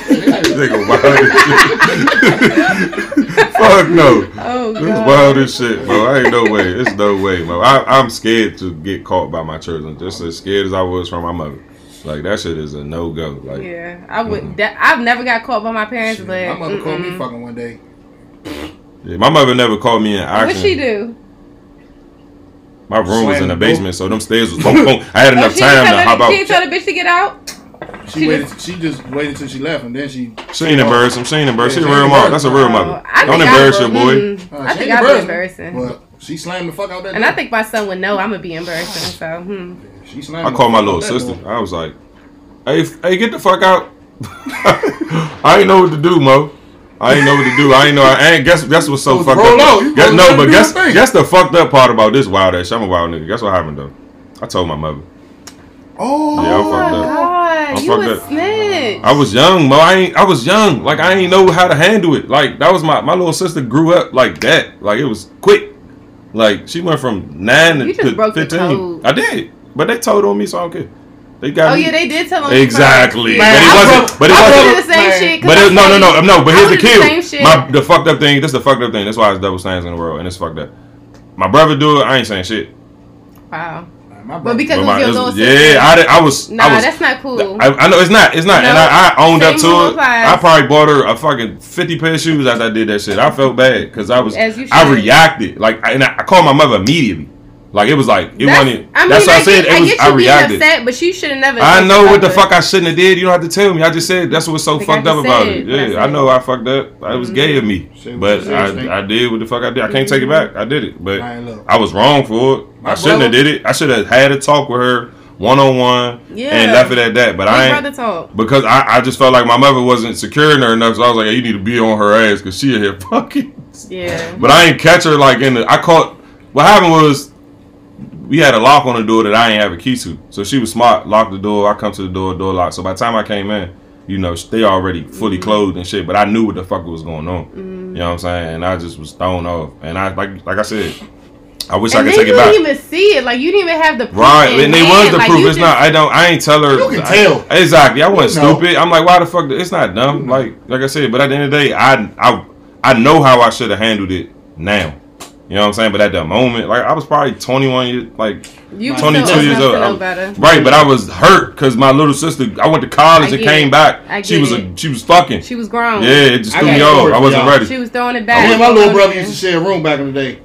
[SPEAKER 3] Nigga, wild as shit. Fuck no.
[SPEAKER 4] oh
[SPEAKER 3] This is
[SPEAKER 4] god.
[SPEAKER 3] wild as shit, bro. I ain't no way. It's no way, bro. I, I'm scared to get caught by my children. Just as scared as I was from my mother. Like that shit is a no go. Like
[SPEAKER 4] Yeah, I
[SPEAKER 3] Mm-hmm.
[SPEAKER 4] would. That, I've never got caught by my parents,
[SPEAKER 1] Shit,
[SPEAKER 4] but
[SPEAKER 1] my mother called me
[SPEAKER 4] mm-mm.
[SPEAKER 1] fucking one day.
[SPEAKER 3] yeah, my mother never caught me in action.
[SPEAKER 4] What she do?
[SPEAKER 3] My room was
[SPEAKER 1] Slam
[SPEAKER 3] in the
[SPEAKER 1] the
[SPEAKER 3] basement, so them stairs was boom, boom. I had
[SPEAKER 4] Oh,
[SPEAKER 3] enough
[SPEAKER 4] she
[SPEAKER 3] time
[SPEAKER 4] didn't
[SPEAKER 3] to
[SPEAKER 4] tell
[SPEAKER 3] hop
[SPEAKER 4] the, she didn't
[SPEAKER 3] out.
[SPEAKER 4] tell the bitch to get out.
[SPEAKER 1] She,
[SPEAKER 4] She
[SPEAKER 1] waited. she just waited till she left, and then she. uh,
[SPEAKER 3] She ain't embarrassed him. She ain't embarrassed. She a
[SPEAKER 1] Yeah, she
[SPEAKER 3] real
[SPEAKER 1] ain't
[SPEAKER 3] mother. That's a real
[SPEAKER 4] Oh,
[SPEAKER 3] mother.
[SPEAKER 4] I
[SPEAKER 3] Don't
[SPEAKER 4] think I
[SPEAKER 3] embarrass your
[SPEAKER 4] would-
[SPEAKER 3] boy.
[SPEAKER 4] mm,
[SPEAKER 1] Uh,
[SPEAKER 4] I
[SPEAKER 1] she
[SPEAKER 4] think
[SPEAKER 1] ain't
[SPEAKER 4] I'd be embarrassing,
[SPEAKER 1] But she slammed the fuck out that.
[SPEAKER 4] and I
[SPEAKER 1] door.
[SPEAKER 4] think my son would know I'm gonna be embarrassing. So hmm.
[SPEAKER 1] she slammed.
[SPEAKER 3] I
[SPEAKER 1] the
[SPEAKER 3] called my
[SPEAKER 1] fuck
[SPEAKER 3] little
[SPEAKER 1] out that
[SPEAKER 3] sister.
[SPEAKER 1] door.
[SPEAKER 3] I was like, "Hey, f- hey, get the fuck out! I ain't know what to do, Mo. I ain't know what to do. I ain't know. I ain't guess. Guess what's so
[SPEAKER 1] Well,
[SPEAKER 3] fucked
[SPEAKER 1] roll
[SPEAKER 3] up.
[SPEAKER 1] out. You
[SPEAKER 3] Guess,
[SPEAKER 1] supposed
[SPEAKER 3] no,
[SPEAKER 1] to
[SPEAKER 3] but
[SPEAKER 1] do
[SPEAKER 3] guess
[SPEAKER 1] your thing.
[SPEAKER 3] guess the fucked up part about this wild ass. shit. I'm a wild nigga. Guess what happened though? I told my mother.
[SPEAKER 1] Oh,
[SPEAKER 3] Yeah, I'm
[SPEAKER 4] oh my
[SPEAKER 3] fucked up.
[SPEAKER 4] god,
[SPEAKER 3] I'm
[SPEAKER 4] you
[SPEAKER 3] fucked
[SPEAKER 4] a
[SPEAKER 3] up.
[SPEAKER 4] snitch.
[SPEAKER 3] I was young, but I ain't. I was young. Like I ain't know how to handle it. Like that was my my little sister grew up like that. Like it was quick. Like she went from nine
[SPEAKER 4] You
[SPEAKER 3] to,
[SPEAKER 4] just
[SPEAKER 3] to
[SPEAKER 4] broke the
[SPEAKER 3] fifteen.
[SPEAKER 4] code.
[SPEAKER 3] I did, but they told on me, so I don't care. They got
[SPEAKER 4] Oh
[SPEAKER 3] me.
[SPEAKER 4] yeah, they did tell him
[SPEAKER 3] exactly.
[SPEAKER 1] Man,
[SPEAKER 3] but it
[SPEAKER 1] I
[SPEAKER 3] wasn't.
[SPEAKER 1] broke-
[SPEAKER 3] but it
[SPEAKER 1] I
[SPEAKER 4] I
[SPEAKER 3] wasn't.
[SPEAKER 1] broke-
[SPEAKER 4] would do the same
[SPEAKER 1] Man.
[SPEAKER 4] shit. 'cause
[SPEAKER 3] But
[SPEAKER 4] I
[SPEAKER 3] it, no, no,
[SPEAKER 4] said-
[SPEAKER 3] no, no. But
[SPEAKER 4] I
[SPEAKER 3] here's the
[SPEAKER 4] would've done
[SPEAKER 3] kill.
[SPEAKER 4] the same shit.
[SPEAKER 3] My the fucked up thing. That's the fucked up thing. That's why it's double standards in the world, and it's fucked up. My brother do it. I ain't saying shit.
[SPEAKER 4] Wow.
[SPEAKER 1] Man, my
[SPEAKER 4] But
[SPEAKER 1] brother-
[SPEAKER 4] because
[SPEAKER 3] But
[SPEAKER 4] it
[SPEAKER 3] my-
[SPEAKER 4] was your
[SPEAKER 3] it's-
[SPEAKER 4] little sister.
[SPEAKER 3] yeah, I, did, I was.
[SPEAKER 4] Nah,
[SPEAKER 3] I was,
[SPEAKER 4] that's not cool.
[SPEAKER 3] I, I know it's not. It's not. and
[SPEAKER 4] No,
[SPEAKER 3] I, I owned up
[SPEAKER 4] same
[SPEAKER 3] to
[SPEAKER 4] rule
[SPEAKER 3] it.
[SPEAKER 4] applies.
[SPEAKER 3] I probably bought her a fucking fifty pair of shoes after I did that shit. I felt bad because I was.
[SPEAKER 4] As you
[SPEAKER 3] I
[SPEAKER 4] should.
[SPEAKER 3] reacted like, I, and I, I called my mother immediately. Like it was like it
[SPEAKER 4] That's-
[SPEAKER 3] wasn't.
[SPEAKER 4] I mean,
[SPEAKER 3] that's what I, said.
[SPEAKER 4] Get,
[SPEAKER 3] it
[SPEAKER 4] I
[SPEAKER 3] was.
[SPEAKER 4] get you
[SPEAKER 3] I
[SPEAKER 4] being
[SPEAKER 3] reacted.
[SPEAKER 4] upset, but you should have never.
[SPEAKER 3] I
[SPEAKER 4] been
[SPEAKER 3] know what the
[SPEAKER 4] upset.
[SPEAKER 3] fuck I shouldn't have did. You don't have to tell me. I just said that's what's so
[SPEAKER 4] Like, I
[SPEAKER 3] fucked up
[SPEAKER 4] just
[SPEAKER 3] about
[SPEAKER 4] said
[SPEAKER 3] it.
[SPEAKER 4] what I
[SPEAKER 3] Yeah, I
[SPEAKER 4] said.
[SPEAKER 3] know I fucked up. I was gay of me,
[SPEAKER 1] Say what you
[SPEAKER 3] but
[SPEAKER 1] said, Stink.
[SPEAKER 3] I, I did what the fuck I did. I can't take it
[SPEAKER 4] Mm-hmm.
[SPEAKER 3] back. I did it, but
[SPEAKER 1] Man, look.
[SPEAKER 3] I was wrong for it.
[SPEAKER 1] My
[SPEAKER 3] I shouldn't have
[SPEAKER 1] brother-
[SPEAKER 3] did it. I should have had a talk with her one on one and
[SPEAKER 4] Yeah.
[SPEAKER 3] left it at that. But I
[SPEAKER 4] Big
[SPEAKER 3] ain't
[SPEAKER 4] brother talk.
[SPEAKER 3] because I, I just felt like my mother wasn't securing her enough. So I was like, hey, you need to be on her ass because she in here fucking.
[SPEAKER 4] Yeah.
[SPEAKER 3] But I ain't catch her like in the. I caught. What happened was, we had a lock on the door that I ain't have a key to. So she was smart, locked the door. I come to the door, door locked. So by the time I came in, you know, they already fully clothed and shit. But I knew what the fuck was going on. You know what I'm saying? And I just was thrown off. And I like, like I said, I wish
[SPEAKER 4] and
[SPEAKER 3] I
[SPEAKER 4] then
[SPEAKER 3] could take
[SPEAKER 4] you
[SPEAKER 3] it back.
[SPEAKER 4] didn't even see it. Like you didn't even have the proof.
[SPEAKER 3] Right,
[SPEAKER 4] in
[SPEAKER 3] and they
[SPEAKER 4] hand.
[SPEAKER 3] was the
[SPEAKER 4] Like,
[SPEAKER 3] proof.
[SPEAKER 4] you
[SPEAKER 3] It's
[SPEAKER 4] just-
[SPEAKER 3] not. I don't. I ain't tell her.
[SPEAKER 1] You can
[SPEAKER 3] I-
[SPEAKER 1] tell.
[SPEAKER 3] exactly. I wasn't
[SPEAKER 1] You know. Mm-hmm.
[SPEAKER 3] stupid. I'm like, why the fuck? It's not dumb. Like, like I said. But at the end of the day, I, I, I know how I should have handled it now. You know what I'm saying? But at the moment, like I was probably 21 years, like
[SPEAKER 4] You
[SPEAKER 1] I'm
[SPEAKER 4] still
[SPEAKER 3] 22
[SPEAKER 4] old
[SPEAKER 3] years
[SPEAKER 4] enough
[SPEAKER 3] old.
[SPEAKER 4] To know
[SPEAKER 3] I'm-
[SPEAKER 4] better.
[SPEAKER 3] right. But I was hurt because my little sister. I went to college
[SPEAKER 4] I
[SPEAKER 3] and
[SPEAKER 4] get
[SPEAKER 3] came
[SPEAKER 4] it.
[SPEAKER 3] back.
[SPEAKER 4] I
[SPEAKER 3] she
[SPEAKER 4] get
[SPEAKER 3] was a,
[SPEAKER 4] it.
[SPEAKER 3] she was fucking.
[SPEAKER 4] She was grown.
[SPEAKER 3] yeah, it just
[SPEAKER 1] I
[SPEAKER 3] threw
[SPEAKER 1] got
[SPEAKER 3] me
[SPEAKER 1] a
[SPEAKER 3] off.
[SPEAKER 1] story
[SPEAKER 3] I
[SPEAKER 1] for
[SPEAKER 3] wasn't
[SPEAKER 1] y'all.
[SPEAKER 3] ready.
[SPEAKER 4] She was throwing it
[SPEAKER 1] Me
[SPEAKER 4] back.
[SPEAKER 1] and Oh, my little brother used to share a room back in the day.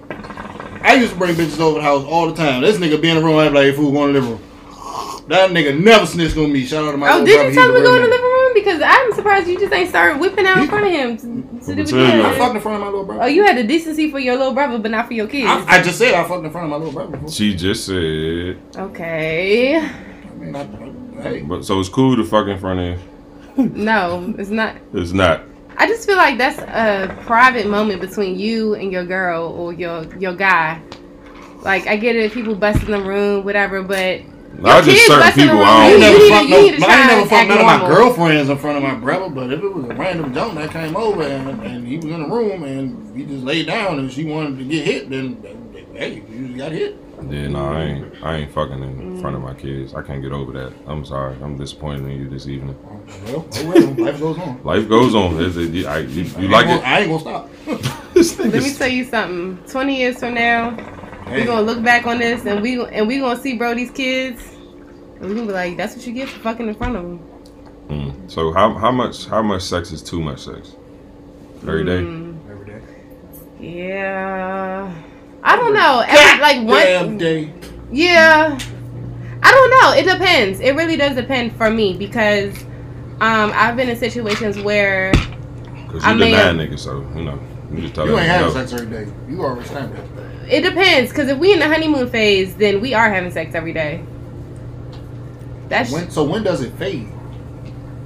[SPEAKER 1] I used to bring bitches over the house all the time. This nigga be in the room, I'd be like, fool, going to the living room. That nigga never snitched on me. Shout out to my
[SPEAKER 4] Oh,
[SPEAKER 1] little
[SPEAKER 4] did
[SPEAKER 1] brother.
[SPEAKER 4] you tell him
[SPEAKER 1] He's
[SPEAKER 4] to
[SPEAKER 1] a
[SPEAKER 4] go
[SPEAKER 1] real
[SPEAKER 4] in the
[SPEAKER 1] nigga.
[SPEAKER 4] living room? Because I'm surprised you just ain't started whipping out in front of him. to- to do what you
[SPEAKER 3] Material.
[SPEAKER 1] I fucked
[SPEAKER 4] did.
[SPEAKER 1] in front of my little brother.
[SPEAKER 4] Oh, you had the decency for your little brother, but not for your kids.
[SPEAKER 1] I, I just said I fucked in front of my little brother. fool.
[SPEAKER 3] She just said,
[SPEAKER 4] Okay.
[SPEAKER 1] I mean, I, I, hey.
[SPEAKER 3] but so it's cool to fuck in front of.
[SPEAKER 4] No, it's not.
[SPEAKER 3] It's not.
[SPEAKER 4] I just feel like that's a private moment between you and your girl or your your guy. Like I get it, people bust in the room, whatever, but
[SPEAKER 3] I
[SPEAKER 4] Your
[SPEAKER 3] just
[SPEAKER 4] kids
[SPEAKER 3] certain
[SPEAKER 4] busting
[SPEAKER 3] people.
[SPEAKER 4] around.
[SPEAKER 3] I
[SPEAKER 1] I
[SPEAKER 3] don't
[SPEAKER 1] ain't
[SPEAKER 4] You
[SPEAKER 3] know.
[SPEAKER 1] never
[SPEAKER 4] need to-
[SPEAKER 1] fucked
[SPEAKER 4] you
[SPEAKER 1] no,
[SPEAKER 4] need to
[SPEAKER 1] but I ain't
[SPEAKER 4] try
[SPEAKER 1] never
[SPEAKER 4] and
[SPEAKER 1] fucked none of my
[SPEAKER 4] act normal.
[SPEAKER 1] girlfriends in front of my brother. But if it was a random junk that came over and, and he was in the room and we just laid down and she wanted to get hit, then hey, you just got hit.
[SPEAKER 3] Yeah, no, I ain't. I ain't fucking in front of my kids. I can't get over that. I'm sorry. I'm disappointed in you this evening.
[SPEAKER 1] Well, oh well, life goes on.
[SPEAKER 3] Life goes on. Is it? You, I, you, you like
[SPEAKER 1] I ain't
[SPEAKER 3] it?
[SPEAKER 1] gonna- I ain't gonna stop.
[SPEAKER 3] This thing
[SPEAKER 4] let me
[SPEAKER 3] is.
[SPEAKER 4] tell you something. Twenty years from now, we're gonna look back on this and we and we gonna see Brody's kids and we gonna be like, that's what you get for fucking in front of them.
[SPEAKER 3] Mm. So how how much how much sex is too much sex? Every day.
[SPEAKER 4] Mm.
[SPEAKER 1] Every day.
[SPEAKER 4] Yeah. I don't know. Every, like
[SPEAKER 1] Damn
[SPEAKER 4] one
[SPEAKER 1] day.
[SPEAKER 4] Yeah. I don't know. It depends. It really does depend for me because um, I've been in situations where
[SPEAKER 3] Because
[SPEAKER 4] I
[SPEAKER 3] you
[SPEAKER 4] mean-
[SPEAKER 3] denying niggas, so you know you just tell
[SPEAKER 1] You ain't having
[SPEAKER 3] them.
[SPEAKER 1] sex every day. You already stand there.
[SPEAKER 4] it depends because if we in the honeymoon phase, then we are having sex every day. That's
[SPEAKER 1] When, so when does it fade?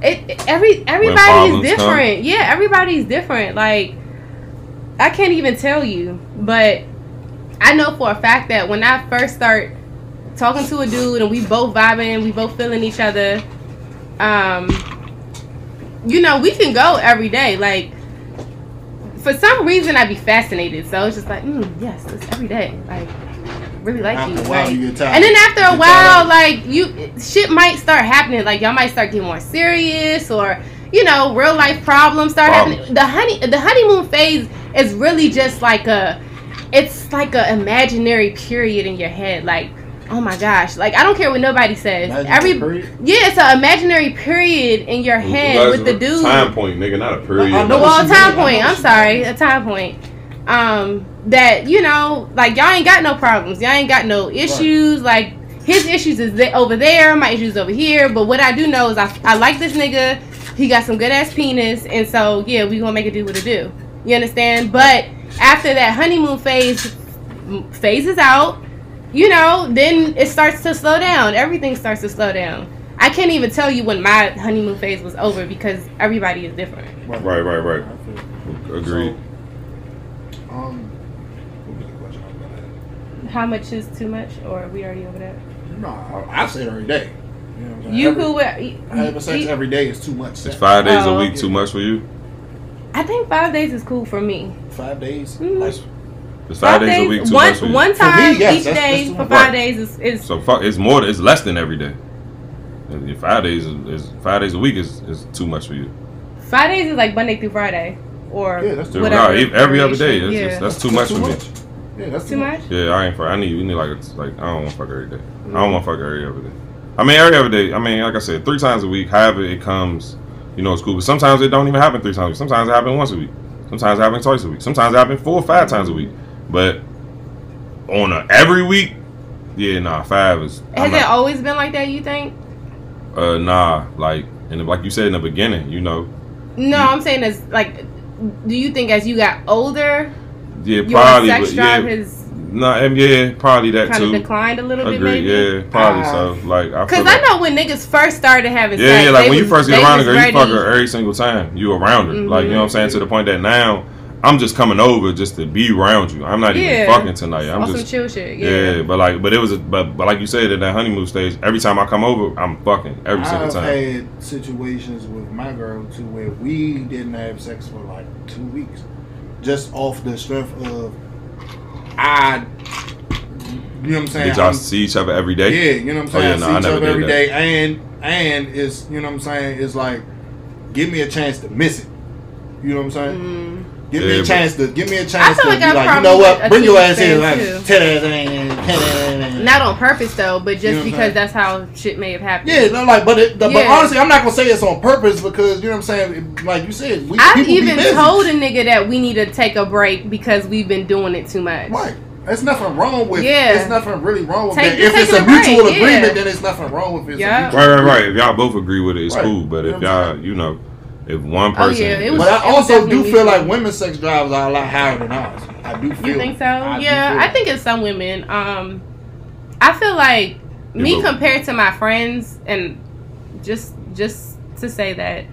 [SPEAKER 4] it, it- Every everybody's
[SPEAKER 3] problems
[SPEAKER 4] different. Yeah, everybody's different. Like I can't even tell you, but I know for a fact that when I first start talking to a dude and we both vibing, we both feeling each other. Um, you know, we can go every day. Like for some reason, I'd be fascinated. So it's just like, mm, yes, it's every day. Like really like
[SPEAKER 1] After
[SPEAKER 4] you.
[SPEAKER 1] a while,
[SPEAKER 4] like-
[SPEAKER 1] you get tired.
[SPEAKER 4] and then after
[SPEAKER 1] You
[SPEAKER 4] a
[SPEAKER 1] get tired.
[SPEAKER 4] while, like you, shit might start happening. Like y'all might start getting more serious, or you know, real life problems start happening. The honey, the honeymoon phase is really just like a, it's like a imaginary period in your head. Like, oh my gosh, like I don't care what nobody says.
[SPEAKER 1] Imagine
[SPEAKER 4] Every
[SPEAKER 1] the period.
[SPEAKER 4] yeah, it's an imaginary period in your head with the dude.
[SPEAKER 3] Time point, nigga, not a period.
[SPEAKER 1] I know
[SPEAKER 4] Well,
[SPEAKER 1] what
[SPEAKER 4] a
[SPEAKER 1] she
[SPEAKER 4] time
[SPEAKER 1] mean. I know
[SPEAKER 4] point. I'm
[SPEAKER 1] what she
[SPEAKER 4] sorry,
[SPEAKER 1] mean.
[SPEAKER 4] a time point. Um, that you know, like y'all ain't got no problems. Y'all ain't got no issues. Like his issues is th- over there, my issues over here. But what I do know is I I like this nigga. He got some good ass penis, and so yeah, we gonna make it do what it do. You understand? But after that honeymoon phase m- phases out, you know, then it starts to slow down. Everything starts to slow down. I can't even tell you when my honeymoon phase was over because everybody is different.
[SPEAKER 3] Right, right, right.
[SPEAKER 1] I feel you.
[SPEAKER 3] Agreed.
[SPEAKER 1] So, um, what was the question I was gonna
[SPEAKER 4] How much is too much, or are we already over that?
[SPEAKER 1] ask? No, I, I say it every day. know what I'm saying?
[SPEAKER 4] You
[SPEAKER 1] Every-
[SPEAKER 4] could wear.
[SPEAKER 1] Having sex
[SPEAKER 4] you-
[SPEAKER 1] every day is too much.
[SPEAKER 3] It's
[SPEAKER 1] sex.
[SPEAKER 3] five days a
[SPEAKER 4] Oh,
[SPEAKER 3] week
[SPEAKER 1] okay.
[SPEAKER 3] too much for you?
[SPEAKER 4] I think five days is cool for me.
[SPEAKER 1] Five days.
[SPEAKER 4] Mhm.
[SPEAKER 1] Like,
[SPEAKER 3] It's five days a week too
[SPEAKER 4] one
[SPEAKER 3] much for you?
[SPEAKER 4] one
[SPEAKER 1] For me,
[SPEAKER 4] time
[SPEAKER 1] yes,
[SPEAKER 4] each
[SPEAKER 1] that's-
[SPEAKER 4] day
[SPEAKER 1] that's
[SPEAKER 4] for
[SPEAKER 1] what-
[SPEAKER 4] five
[SPEAKER 3] Right.
[SPEAKER 4] days is, is
[SPEAKER 3] So fuck, it's more. It's less than every day. And your Five days is, is five days a week is, is too much for you.
[SPEAKER 4] five days is like Monday through Friday or
[SPEAKER 1] Yeah, that's too-
[SPEAKER 4] whatever.
[SPEAKER 3] Nah, ev- every other day,
[SPEAKER 4] variation.
[SPEAKER 3] it's,
[SPEAKER 4] yeah.
[SPEAKER 3] it's- that's too much
[SPEAKER 1] too
[SPEAKER 3] for me.
[SPEAKER 1] much. Yeah, that's
[SPEAKER 4] too much.
[SPEAKER 3] Yeah, I ain't. for- I need. We need like it's like I don't want to fuck every day. I
[SPEAKER 4] Mm.
[SPEAKER 3] don't want to fuck every other day. I mean every other day. I mean like I said, three times a week. However it comes, you know it's cool. But sometimes it don't even happen three times. a week. Sometimes it happen once a week. Sometimes it happen twice a week. Sometimes it happen four or five times a week. But on a every week, yeah, nah, five is.
[SPEAKER 4] Has
[SPEAKER 3] I'm
[SPEAKER 4] it
[SPEAKER 3] not-
[SPEAKER 4] always been like that? You think?
[SPEAKER 3] uh, nah, like and like you said in the beginning, you know,
[SPEAKER 4] No,
[SPEAKER 3] Mm.
[SPEAKER 4] I'm saying it's like. Do you think as you got older,
[SPEAKER 3] yeah,
[SPEAKER 4] your
[SPEAKER 3] probably,
[SPEAKER 4] sex
[SPEAKER 3] but yeah,
[SPEAKER 4] drive has
[SPEAKER 3] nah, and yeah, probably that
[SPEAKER 4] kind of
[SPEAKER 3] too.
[SPEAKER 4] declined a little bit,
[SPEAKER 3] Agree,
[SPEAKER 4] maybe?
[SPEAKER 3] yeah, probably
[SPEAKER 4] Ah.
[SPEAKER 3] so. Like, I feel
[SPEAKER 4] Cause I
[SPEAKER 3] like-
[SPEAKER 4] know when niggas first started having
[SPEAKER 3] Yeah,
[SPEAKER 4] sex,
[SPEAKER 3] yeah. Like
[SPEAKER 4] they
[SPEAKER 3] when you
[SPEAKER 4] was-
[SPEAKER 3] first get
[SPEAKER 4] they
[SPEAKER 3] around a
[SPEAKER 4] was
[SPEAKER 3] girl, you fuck
[SPEAKER 4] ready.
[SPEAKER 3] her every single time. You around her, like you know what I'm
[SPEAKER 4] Mhm.
[SPEAKER 3] saying. To the point that now I'm just coming over just to be around you. I'm not
[SPEAKER 4] Yeah.
[SPEAKER 3] even fucking tonight. I'm
[SPEAKER 4] on some
[SPEAKER 3] just
[SPEAKER 4] chill shit.
[SPEAKER 3] yeah.
[SPEAKER 4] Yeah.
[SPEAKER 3] But like, but it was, a, but but like you said, in that honeymoon stage, every time I come over, I'm fucking every
[SPEAKER 4] Oh,
[SPEAKER 3] single
[SPEAKER 1] I've
[SPEAKER 3] time.
[SPEAKER 1] had situations with my girl too where we didn't have sex for like two weeks, just off the strength of I. You know what I'm saying?
[SPEAKER 3] Did y'all
[SPEAKER 1] I'm-
[SPEAKER 3] see each other every day?
[SPEAKER 1] Yeah, you know what I'm
[SPEAKER 3] Oh, yeah,
[SPEAKER 1] saying.
[SPEAKER 3] no,
[SPEAKER 1] see
[SPEAKER 3] I
[SPEAKER 1] each
[SPEAKER 3] never
[SPEAKER 1] other
[SPEAKER 3] did
[SPEAKER 1] every
[SPEAKER 3] that.
[SPEAKER 1] day, and and it's you know what I'm saying. It's like give me a chance to miss it. You know what I'm saying?
[SPEAKER 4] Mm.
[SPEAKER 1] Give
[SPEAKER 3] Yeah,
[SPEAKER 1] me a
[SPEAKER 3] but-
[SPEAKER 1] chance to give me a chance
[SPEAKER 4] feel
[SPEAKER 1] to
[SPEAKER 4] like
[SPEAKER 1] be
[SPEAKER 4] I've
[SPEAKER 1] like, you
[SPEAKER 4] probably
[SPEAKER 1] know what?
[SPEAKER 4] achieved
[SPEAKER 1] Bring your ass here,
[SPEAKER 4] things,
[SPEAKER 1] like
[SPEAKER 4] too.
[SPEAKER 1] tell that thing, tell that thing.
[SPEAKER 4] Not on purpose though, but just
[SPEAKER 1] You know what I'm saying?
[SPEAKER 4] because that's how shit may have happened.
[SPEAKER 1] Yeah, no, like, but it, the, but
[SPEAKER 4] Yeah.
[SPEAKER 1] honestly, I'm not gonna say it's on purpose because you know what I'm saying. It- Like you said, we,
[SPEAKER 4] I've
[SPEAKER 1] people be
[SPEAKER 4] even
[SPEAKER 1] busy.
[SPEAKER 4] told a nigga that we need to take a break because we've been doing it too much.
[SPEAKER 1] Right. There's nothing wrong with.
[SPEAKER 4] Yeah.
[SPEAKER 1] There's nothing really wrong with
[SPEAKER 4] Take-
[SPEAKER 1] that.
[SPEAKER 4] just
[SPEAKER 1] If it's
[SPEAKER 4] take
[SPEAKER 1] a
[SPEAKER 4] it away,
[SPEAKER 1] mutual
[SPEAKER 4] yeah.
[SPEAKER 1] agreement, then it's nothing wrong with it. It's a
[SPEAKER 4] Yeah.
[SPEAKER 1] mutual
[SPEAKER 3] Right, right, right.
[SPEAKER 1] agreement.
[SPEAKER 3] If y'all both agree with it, it's
[SPEAKER 1] Right.
[SPEAKER 3] cool. But
[SPEAKER 1] You
[SPEAKER 3] if
[SPEAKER 1] know what I'm
[SPEAKER 3] y'all, you know, if one
[SPEAKER 4] Oh, yeah,
[SPEAKER 3] person,
[SPEAKER 4] it was-
[SPEAKER 1] But I also do
[SPEAKER 4] definitely
[SPEAKER 1] feel
[SPEAKER 4] mutual.
[SPEAKER 1] like women's sex drives are a lot higher than ours. I do feel.
[SPEAKER 4] You think so?
[SPEAKER 1] I do
[SPEAKER 4] yeah,
[SPEAKER 1] feel
[SPEAKER 4] I
[SPEAKER 1] it.
[SPEAKER 4] think it's some women. Um, I feel like
[SPEAKER 3] Yeah,
[SPEAKER 4] me
[SPEAKER 3] but-
[SPEAKER 4] compared to my friends, and just just to say that,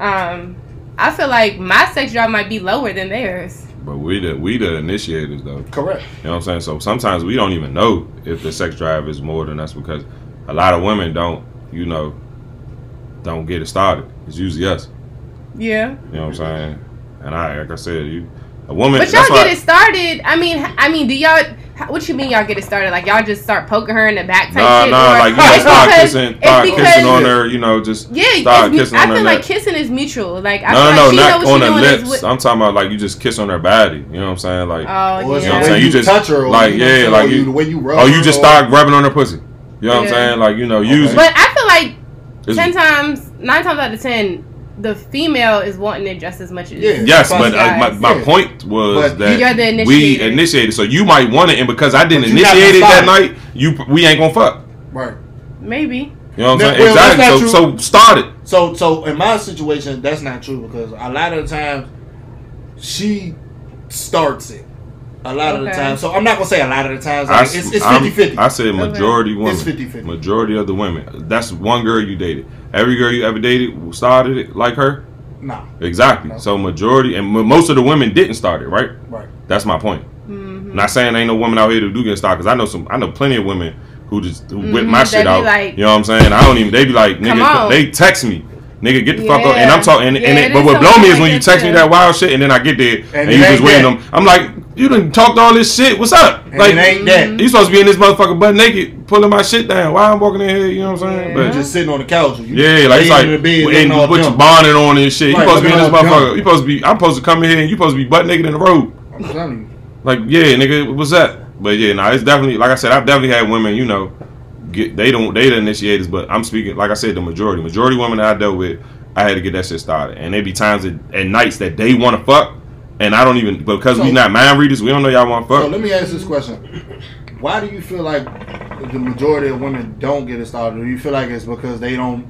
[SPEAKER 4] um, I feel like my sex drive might be lower than theirs.
[SPEAKER 3] but we the we the initiators though.
[SPEAKER 1] Correct.
[SPEAKER 3] You know what I'm saying? So sometimes we don't even know if the sex drive is more than us because a lot of women don't, you know, don't get it started. It's usually us.
[SPEAKER 4] Yeah,
[SPEAKER 3] You know what I'm saying? And I, like I said, you, a woman.
[SPEAKER 4] but y'all
[SPEAKER 3] that's
[SPEAKER 4] get
[SPEAKER 3] why-
[SPEAKER 4] it started. I mean, I mean, do y'all? how- What you mean y'all get it started? Like y'all just start poking her in the back type
[SPEAKER 3] Nah,
[SPEAKER 4] shit?
[SPEAKER 3] nah,
[SPEAKER 4] or-
[SPEAKER 3] like you know,
[SPEAKER 4] It's
[SPEAKER 3] start
[SPEAKER 4] because-
[SPEAKER 3] kissing,
[SPEAKER 4] it's
[SPEAKER 3] start
[SPEAKER 4] because-
[SPEAKER 3] kissing on her. You know, just
[SPEAKER 4] Yeah, it's
[SPEAKER 3] start
[SPEAKER 4] mu-
[SPEAKER 3] kissing
[SPEAKER 4] I
[SPEAKER 3] on
[SPEAKER 4] feel
[SPEAKER 3] her
[SPEAKER 4] like
[SPEAKER 3] neck.
[SPEAKER 4] kissing is mutual. Like I
[SPEAKER 3] no,
[SPEAKER 4] feel
[SPEAKER 3] no,
[SPEAKER 4] like she know
[SPEAKER 3] not
[SPEAKER 4] what
[SPEAKER 3] on
[SPEAKER 4] she
[SPEAKER 3] her
[SPEAKER 4] doing
[SPEAKER 3] lips.
[SPEAKER 4] is with,
[SPEAKER 3] I'm talking about like you just kiss on her body. You know what I'm saying? Like,
[SPEAKER 1] Or it's
[SPEAKER 4] Oh,
[SPEAKER 3] You know
[SPEAKER 1] the
[SPEAKER 3] what
[SPEAKER 1] way
[SPEAKER 3] I'm
[SPEAKER 4] yeah.
[SPEAKER 3] saying?
[SPEAKER 1] you,
[SPEAKER 3] You just-
[SPEAKER 1] touch her, or,
[SPEAKER 3] like,
[SPEAKER 1] you know what I'm
[SPEAKER 3] yeah,
[SPEAKER 1] saying,
[SPEAKER 3] like
[SPEAKER 1] or
[SPEAKER 3] you-
[SPEAKER 1] the way you rub.
[SPEAKER 3] oh,
[SPEAKER 1] her
[SPEAKER 3] you just
[SPEAKER 1] or-
[SPEAKER 3] start rubbing on her pussy. You know what I'm
[SPEAKER 4] Yeah.
[SPEAKER 3] saying? Like, you know,
[SPEAKER 1] Okay.
[SPEAKER 3] usually
[SPEAKER 4] But I feel like
[SPEAKER 3] it's-
[SPEAKER 4] ten times, nine times out of ten, the female is wanting it just as much as
[SPEAKER 1] Yeah.
[SPEAKER 3] Yes, but uh, my,
[SPEAKER 4] Besides.
[SPEAKER 3] my
[SPEAKER 1] Yeah.
[SPEAKER 3] point was
[SPEAKER 1] But
[SPEAKER 3] that
[SPEAKER 4] You're the
[SPEAKER 3] we
[SPEAKER 4] initiator.
[SPEAKER 3] initiated. So you might want it, and because I didn't
[SPEAKER 1] But you not
[SPEAKER 3] initiate it that
[SPEAKER 1] gonna
[SPEAKER 3] night, you we ain't gonna fuck.
[SPEAKER 1] Right.
[SPEAKER 4] maybe.
[SPEAKER 3] You know what
[SPEAKER 1] No,
[SPEAKER 3] I'm saying?
[SPEAKER 1] well, that's
[SPEAKER 3] Exactly.
[SPEAKER 1] not
[SPEAKER 3] So, so start it.
[SPEAKER 1] So, so in my situation, that's not true because a lot of the times she starts it. A lot of the
[SPEAKER 4] Okay.
[SPEAKER 1] times. So I'm not gonna say a lot of the times.
[SPEAKER 3] I
[SPEAKER 1] Like,
[SPEAKER 3] s-
[SPEAKER 1] it's it's
[SPEAKER 3] I'm-
[SPEAKER 1] 50 50
[SPEAKER 3] I said majority women.
[SPEAKER 1] It's 50-50.
[SPEAKER 3] Majority of the women. That's one girl you dated. Every girl you ever dated started it like her.
[SPEAKER 1] Nah,
[SPEAKER 3] Exactly.
[SPEAKER 1] No.
[SPEAKER 3] So majority and m- most of the women didn't start it. Right.
[SPEAKER 1] right.
[SPEAKER 3] That's my point.
[SPEAKER 4] Mm-hmm.
[SPEAKER 3] Not saying ain't no woman out here to do get started because I know some. I know plenty of women who just who whip
[SPEAKER 4] Mhm,
[SPEAKER 3] my
[SPEAKER 4] they
[SPEAKER 3] shit
[SPEAKER 4] be
[SPEAKER 3] out.
[SPEAKER 4] like-
[SPEAKER 3] you know what I'm saying? I don't even. They be like,
[SPEAKER 4] Come
[SPEAKER 3] nigga,
[SPEAKER 4] on.
[SPEAKER 3] they text me. Nigga, get the fuck up. And
[SPEAKER 4] Yeah.
[SPEAKER 3] I'm talking. And,
[SPEAKER 4] Yeah,
[SPEAKER 3] and it,
[SPEAKER 4] it
[SPEAKER 3] but
[SPEAKER 4] is
[SPEAKER 3] what
[SPEAKER 4] something
[SPEAKER 3] blow me is
[SPEAKER 4] like
[SPEAKER 3] when you
[SPEAKER 4] that,
[SPEAKER 3] text me
[SPEAKER 4] too.
[SPEAKER 3] that wild shit, and then I get there, and,
[SPEAKER 1] And
[SPEAKER 3] you
[SPEAKER 1] it
[SPEAKER 3] just
[SPEAKER 1] ain't
[SPEAKER 3] waiting
[SPEAKER 1] that.
[SPEAKER 3] them. I'm like, you done talked all this shit. What's up?
[SPEAKER 1] And
[SPEAKER 3] like,
[SPEAKER 1] it ain't that.
[SPEAKER 4] Mm-hmm.
[SPEAKER 3] you supposed to be in this motherfucker butt naked, pulling my shit down. Why I'm walking in here? You know what I'm saying?
[SPEAKER 4] Yeah.
[SPEAKER 3] But
[SPEAKER 1] You're just sitting on the couch. or You
[SPEAKER 3] yeah, like
[SPEAKER 1] laying
[SPEAKER 3] it's like
[SPEAKER 1] in the bed,
[SPEAKER 3] and
[SPEAKER 1] looking all
[SPEAKER 3] what you
[SPEAKER 1] dumb.
[SPEAKER 3] bonding on and shit.
[SPEAKER 1] Right,
[SPEAKER 3] you supposed to be in this
[SPEAKER 1] looking all
[SPEAKER 3] motherfucker.
[SPEAKER 1] dumb.
[SPEAKER 3] You supposed to be. I'm supposed to come in here and you supposed to be butt naked in the road.
[SPEAKER 1] I'm telling you.
[SPEAKER 3] Like, yeah, nigga, what's up? But yeah, nah, it's definitely like I said, I've definitely had women, you know, get they don't they the initiators, but I'm speaking like I said, the majority. Majority women that I dealt with, I had to get that shit started. And there be times at, at nights that they wanna fuck and I don't even because we
[SPEAKER 1] So-
[SPEAKER 3] not mind readers, we don't know y'all wanna fuck.
[SPEAKER 1] So let me ask this question: Why do you feel like the majority of women don't get it started? Do you feel like it's because they don't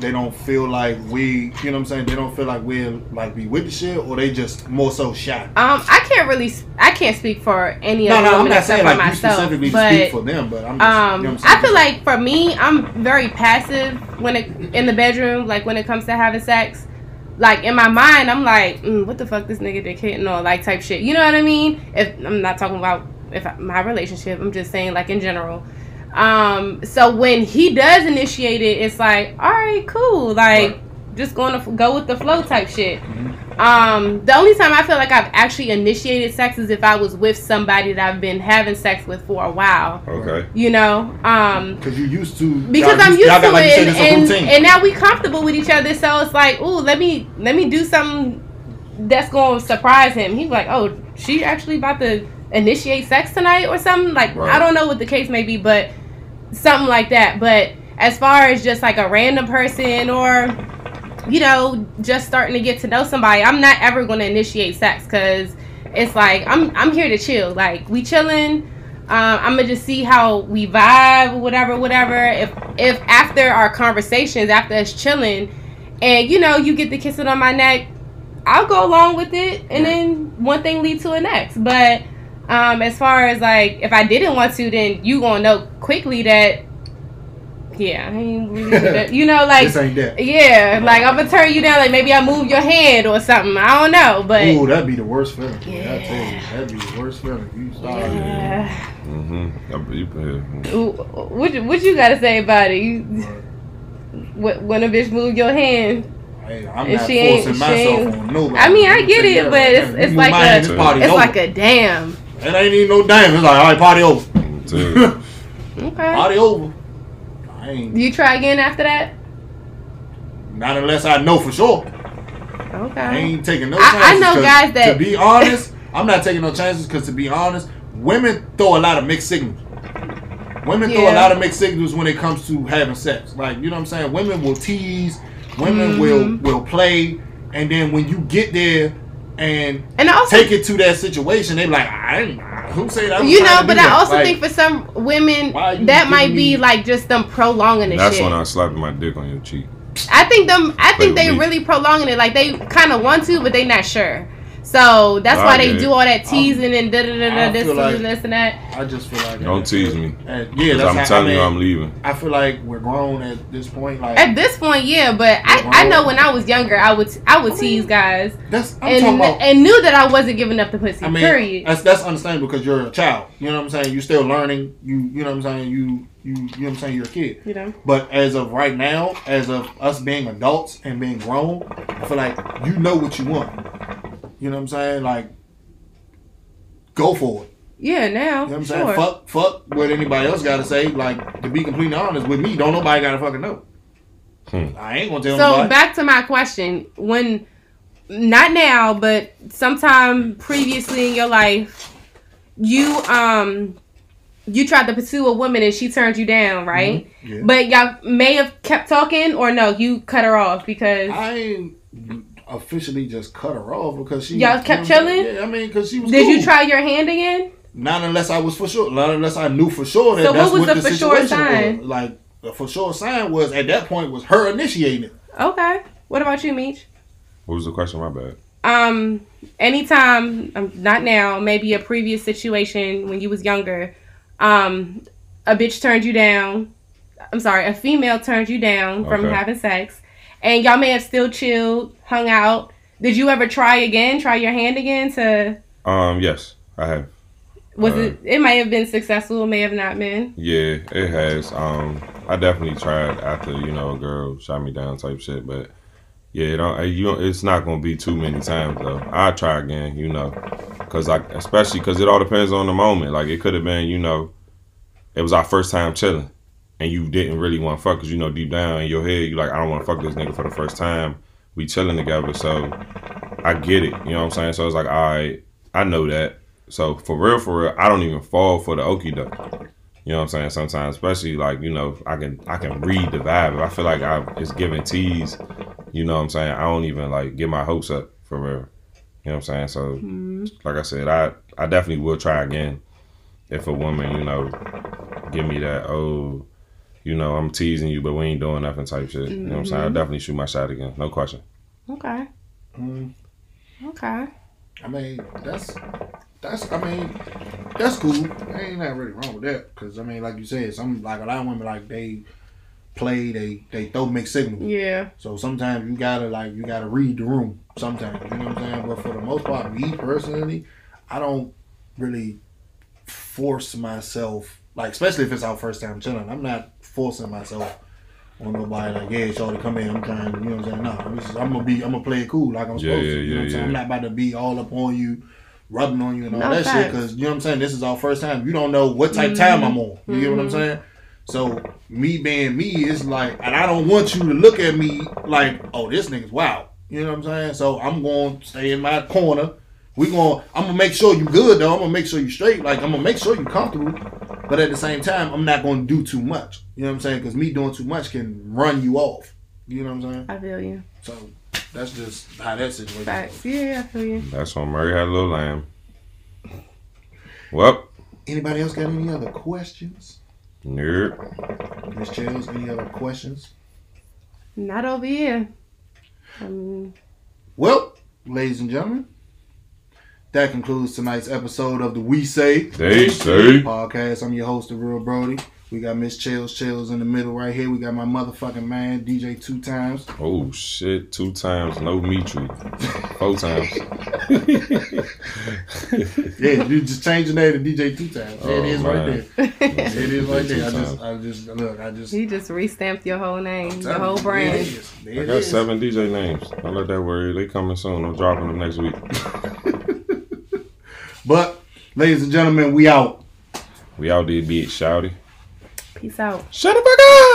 [SPEAKER 1] they don't feel like we, you know what I'm saying? They don't feel like we're like we with the shit, or they just more so shy.
[SPEAKER 4] Um, I can't really, s- I can't speak for any
[SPEAKER 1] No,
[SPEAKER 4] other
[SPEAKER 1] no, I'm
[SPEAKER 4] woman
[SPEAKER 1] not
[SPEAKER 4] except
[SPEAKER 1] saying
[SPEAKER 4] for
[SPEAKER 1] like you
[SPEAKER 4] myself.
[SPEAKER 1] specifically
[SPEAKER 4] but
[SPEAKER 1] speak for them, but I'm just, you know
[SPEAKER 4] um,
[SPEAKER 1] what I'm
[SPEAKER 4] I feel like for me, I'm very passive when it in the bedroom, like when it comes to having sex. Like in my mind, I'm like, mm, what the fuck this nigga dick hitting on, like type shit. You know what I mean? If I'm not talking about if I, my relationship, I'm just saying like in general. Um, so when he does initiate it, it's like, all right, cool, like just going to f- go with the flow type shit.
[SPEAKER 1] Mm-hmm.
[SPEAKER 4] Um, the only time I feel like I've actually initiated sex is if I was with somebody that I've been having sex with for a while.
[SPEAKER 3] Okay.
[SPEAKER 4] You know, um,
[SPEAKER 1] Because you used to.
[SPEAKER 4] because
[SPEAKER 1] y'all
[SPEAKER 4] I'm used
[SPEAKER 1] y'all
[SPEAKER 4] to
[SPEAKER 1] got, like you said,
[SPEAKER 4] it,
[SPEAKER 1] it's a
[SPEAKER 4] and,
[SPEAKER 1] routine.
[SPEAKER 4] and now we comfortable with each other. So it's like, ooh, let me let me do something that's going to surprise him. He's like, oh, she actually about to initiate sex tonight or something. Like
[SPEAKER 3] Right.
[SPEAKER 4] I don't know what the case may be, but something like that. But as far as just like a random person or you know just starting to get to know somebody, I'm not ever going to initiate sex because it's like I'm I'm here to chill. Like we chilling. Um, I'm gonna just see how we vibe, whatever, whatever. If if after our conversations, after us chilling, and you know you get the kissing on my neck, I'll go along with it, and then one thing lead to the next. But um, as far as like if I didn't want to, then you gonna know quickly that yeah, I ain't really that- you know like
[SPEAKER 1] this ain't that.
[SPEAKER 4] yeah, like I'm gonna turn you down. Like maybe I move your hand or something. I don't know, but
[SPEAKER 1] Ooh, that'd be the worst feeling. Yeah. I
[SPEAKER 4] Yeah.
[SPEAKER 1] tell you, that'd be the worst feeling. You stop.
[SPEAKER 4] yeah.
[SPEAKER 3] Mm-hmm. I, you, yeah.
[SPEAKER 4] Ooh, What you, what you gotta say about it? You, wh- when a bitch move your hand,
[SPEAKER 1] Hey, I'm
[SPEAKER 4] And
[SPEAKER 1] not
[SPEAKER 4] she ain't-
[SPEAKER 1] forcing
[SPEAKER 4] she
[SPEAKER 1] myself
[SPEAKER 4] ain't-
[SPEAKER 1] on nobody.
[SPEAKER 4] I mean, I
[SPEAKER 1] You
[SPEAKER 4] get
[SPEAKER 1] say,
[SPEAKER 4] it,
[SPEAKER 1] yeah,
[SPEAKER 4] but it's-
[SPEAKER 1] you
[SPEAKER 4] it's
[SPEAKER 1] move
[SPEAKER 4] like
[SPEAKER 1] mine,
[SPEAKER 4] a-
[SPEAKER 1] this party
[SPEAKER 4] it's
[SPEAKER 1] over.
[SPEAKER 4] like a damn.
[SPEAKER 1] It ain't even no damn. It's like, all right, party over.
[SPEAKER 3] mm-hmm, Too.
[SPEAKER 4] Okay.
[SPEAKER 1] party over. I ain't.
[SPEAKER 4] You try again after that?
[SPEAKER 1] Not unless I know for sure. I
[SPEAKER 4] Okay.
[SPEAKER 1] ain't taking no
[SPEAKER 4] I- I
[SPEAKER 1] chances.
[SPEAKER 4] know
[SPEAKER 1] 'cause
[SPEAKER 4] guys that-
[SPEAKER 1] To be honest, I'm not taking no chances because, to be honest, women throw a lot of mixed signals. Women throw a
[SPEAKER 4] Yeah.
[SPEAKER 1] lot of mixed signals when it comes to having sex. Like, you know what I'm saying? Women will tease, women
[SPEAKER 4] Mm-hmm.
[SPEAKER 1] will will play, and then when you get there and
[SPEAKER 4] And I also,
[SPEAKER 1] take it to that situation, they like, I ain't, who say that?
[SPEAKER 4] you know, but I also think for some women
[SPEAKER 1] Why you
[SPEAKER 4] that might
[SPEAKER 1] giving
[SPEAKER 4] be
[SPEAKER 1] me-
[SPEAKER 4] like just them prolonging the
[SPEAKER 3] That's
[SPEAKER 4] shit.
[SPEAKER 3] when I slapped my dick on your cheek.
[SPEAKER 4] I think them. I think
[SPEAKER 3] Play
[SPEAKER 4] they
[SPEAKER 3] with me.
[SPEAKER 4] really prolonging it. Like they kind of want to, but they not sure. So that's
[SPEAKER 3] I
[SPEAKER 4] why
[SPEAKER 3] get
[SPEAKER 4] they
[SPEAKER 3] it.
[SPEAKER 4] do all that teasing and da da da
[SPEAKER 1] I
[SPEAKER 4] da this
[SPEAKER 1] feel like-
[SPEAKER 4] and this and that.
[SPEAKER 1] I just feel like
[SPEAKER 3] Don't tease me.
[SPEAKER 1] And, yeah,
[SPEAKER 3] 'Cause
[SPEAKER 1] that's
[SPEAKER 3] I'm
[SPEAKER 1] how,
[SPEAKER 3] telling
[SPEAKER 1] I mean,
[SPEAKER 3] you, I'm leaving.
[SPEAKER 1] I feel like we're grown at this point. Like
[SPEAKER 4] At this point, yeah, but I, I know when I was younger, I would I would tease guys
[SPEAKER 1] that's I'm
[SPEAKER 4] and
[SPEAKER 1] talking about.
[SPEAKER 4] and knew that I wasn't giving up the pussy.
[SPEAKER 1] I mean,
[SPEAKER 4] period.
[SPEAKER 1] that's that's understandable because you're a child. You know what I'm saying. You're still learning. You you know what I'm saying. You you you know what I'm saying. You're a kid.
[SPEAKER 4] you know.
[SPEAKER 1] But as of right now, as of us being adults and being grown, I feel like you know what you want. You know what I'm saying. Like, go for it.
[SPEAKER 4] Yeah. Now.
[SPEAKER 1] You know what I'm
[SPEAKER 4] sure.
[SPEAKER 1] saying. Fuck fuck what anybody else got to say. Like to be completely honest with me, don't nobody got to fucking know.
[SPEAKER 3] Hmm.
[SPEAKER 1] I ain't gonna tell
[SPEAKER 4] So
[SPEAKER 1] nobody.
[SPEAKER 4] back to my question: When, not now, but sometime previously in your life, you um, you tried to pursue a woman and she turned you down, right?
[SPEAKER 1] Mm-hmm. Yeah.
[SPEAKER 4] But y'all may have kept talking, or no, you cut her off because
[SPEAKER 1] I ain't officially just cut her off because she
[SPEAKER 4] Y'all kept
[SPEAKER 1] you know what I'm
[SPEAKER 4] chilling?
[SPEAKER 1] saying? Yeah, I mean, because she was.
[SPEAKER 4] did
[SPEAKER 1] cool.
[SPEAKER 4] you try your hand again?
[SPEAKER 1] Not unless I was for sure. Not unless I knew for sure that
[SPEAKER 4] So what
[SPEAKER 1] that's
[SPEAKER 4] was
[SPEAKER 1] what
[SPEAKER 4] the
[SPEAKER 1] the,
[SPEAKER 4] for sure
[SPEAKER 1] situation
[SPEAKER 4] sign?
[SPEAKER 1] was. Like the for sure sign was at that point was her initiating it.
[SPEAKER 4] Okay. What about you, Meech?
[SPEAKER 3] What was the question? My bad.
[SPEAKER 4] Um, anytime, um, not now, maybe a previous situation when you was younger, um, a bitch turned you down. I'm sorry, a female turned you down from
[SPEAKER 3] Okay.
[SPEAKER 4] having sex, and y'all may have still chilled, hung out. Did you ever try again? Try your hand again? To
[SPEAKER 3] Um, yes, I have.
[SPEAKER 4] was
[SPEAKER 3] Uh,
[SPEAKER 4] it? It may have been successful, may have not been.
[SPEAKER 3] Yeah, it has. Um, I definitely tried after you know a girl shot me down type shit, but yeah, it don't, you don't, it's not gonna be too many times though. I will try again, you know, cause I especially cause it all depends on the moment. Like it could have been, you know, it was our first time chilling, and you didn't really want to fuck, cause you know deep down in your head you like I don't want to fuck this nigga for the first time. We chilling together, so I get it. You know what I'm saying? So it's like, all right, I know that. So for real, for real, I don't even fall for the okie doke. You know what I'm saying? Sometimes, especially like you know, I can I can read the vibe. If I feel like I it's giving tease, you know what I'm saying? I don't even like get my hopes up for real. You know what I'm saying? So, like I said, I I definitely will try again if a woman you know give me that oh, you know I'm teasing you, but we ain't doing nothing type shit. You know what I'm saying? I will definitely shoot my shot again, no question.
[SPEAKER 4] Okay.
[SPEAKER 1] Mm.
[SPEAKER 4] Okay.
[SPEAKER 1] I mean, that's that's. I mean, that's cool. Ain't not really wrong with that because I mean, like you said, some like a lot of women like they play, they they throw mixed signals.
[SPEAKER 4] Yeah.
[SPEAKER 1] So sometimes you gotta like you gotta read the room. Sometimes you know what I'm saying. But for the most part, me personally, I don't really force myself Like especially if it's our first time chilling, I'm not forcing myself on nobody. Like yeah, y'all to come in. I'm trying. You know what I'm saying? No, I'm, just, I'm gonna be. I'm gonna play it cool like I'm
[SPEAKER 3] Yeah,
[SPEAKER 1] supposed
[SPEAKER 3] yeah,
[SPEAKER 1] to. You know what I'm
[SPEAKER 3] yeah,
[SPEAKER 1] saying?
[SPEAKER 3] yeah.
[SPEAKER 1] I'm not about to be all up on you, rubbing on you and all
[SPEAKER 4] No,
[SPEAKER 1] that shit.
[SPEAKER 4] facts.
[SPEAKER 1] Because you know what I'm saying? This is our first time. You don't know what type time I'm on. You get what I'm
[SPEAKER 4] Mm-hmm.
[SPEAKER 1] saying? So me being me is like, and I don't want you to look at me like, oh, this nigga's wild. You know what I'm saying? So I'm going to stay in my corner. We going. I'm gonna make sure you good though. I'm gonna make sure you straight. Like I'm gonna make sure you comfortable. But at the same time, I'm not gonna do too much. You know what I'm saying? Because me doing too much can run you off. You know what I'm saying?
[SPEAKER 4] I feel you.
[SPEAKER 1] So that's just how that situation.
[SPEAKER 4] Facts.
[SPEAKER 1] Goes.
[SPEAKER 4] Yeah, I feel you.
[SPEAKER 3] That's on Murray had a little lamb. Well,
[SPEAKER 1] Anybody else got any other questions?
[SPEAKER 3] nerd.
[SPEAKER 1] Miss Chills, any other questions?
[SPEAKER 4] Not over here. Um, I mean,
[SPEAKER 1] Well, ladies and gentlemen, that concludes tonight's episode of the We Say
[SPEAKER 3] They say.
[SPEAKER 1] podcast. I'm your host, the Real Brody. We got Miss Chills Chills in the middle right here. We got my motherfucking man, DJ Two Times.
[SPEAKER 3] Oh shit! Two times, no Mitri. Four times.
[SPEAKER 1] Yeah, you just change your name to DJ Two Times. There it
[SPEAKER 3] Oh,
[SPEAKER 1] is right
[SPEAKER 3] man.
[SPEAKER 1] there. There it is right there. I just, I just look. I just
[SPEAKER 4] he just restamped your whole name, your whole brand.
[SPEAKER 1] There it is. There
[SPEAKER 3] I
[SPEAKER 1] it
[SPEAKER 3] got
[SPEAKER 1] is.
[SPEAKER 3] seven DJ names. Don't let that worry. you. They coming soon. I'm dropping them next week.
[SPEAKER 1] But, ladies and gentlemen, we out.
[SPEAKER 3] We out there, bitch. Shouty.
[SPEAKER 4] Peace out.
[SPEAKER 3] Shut the fuck up.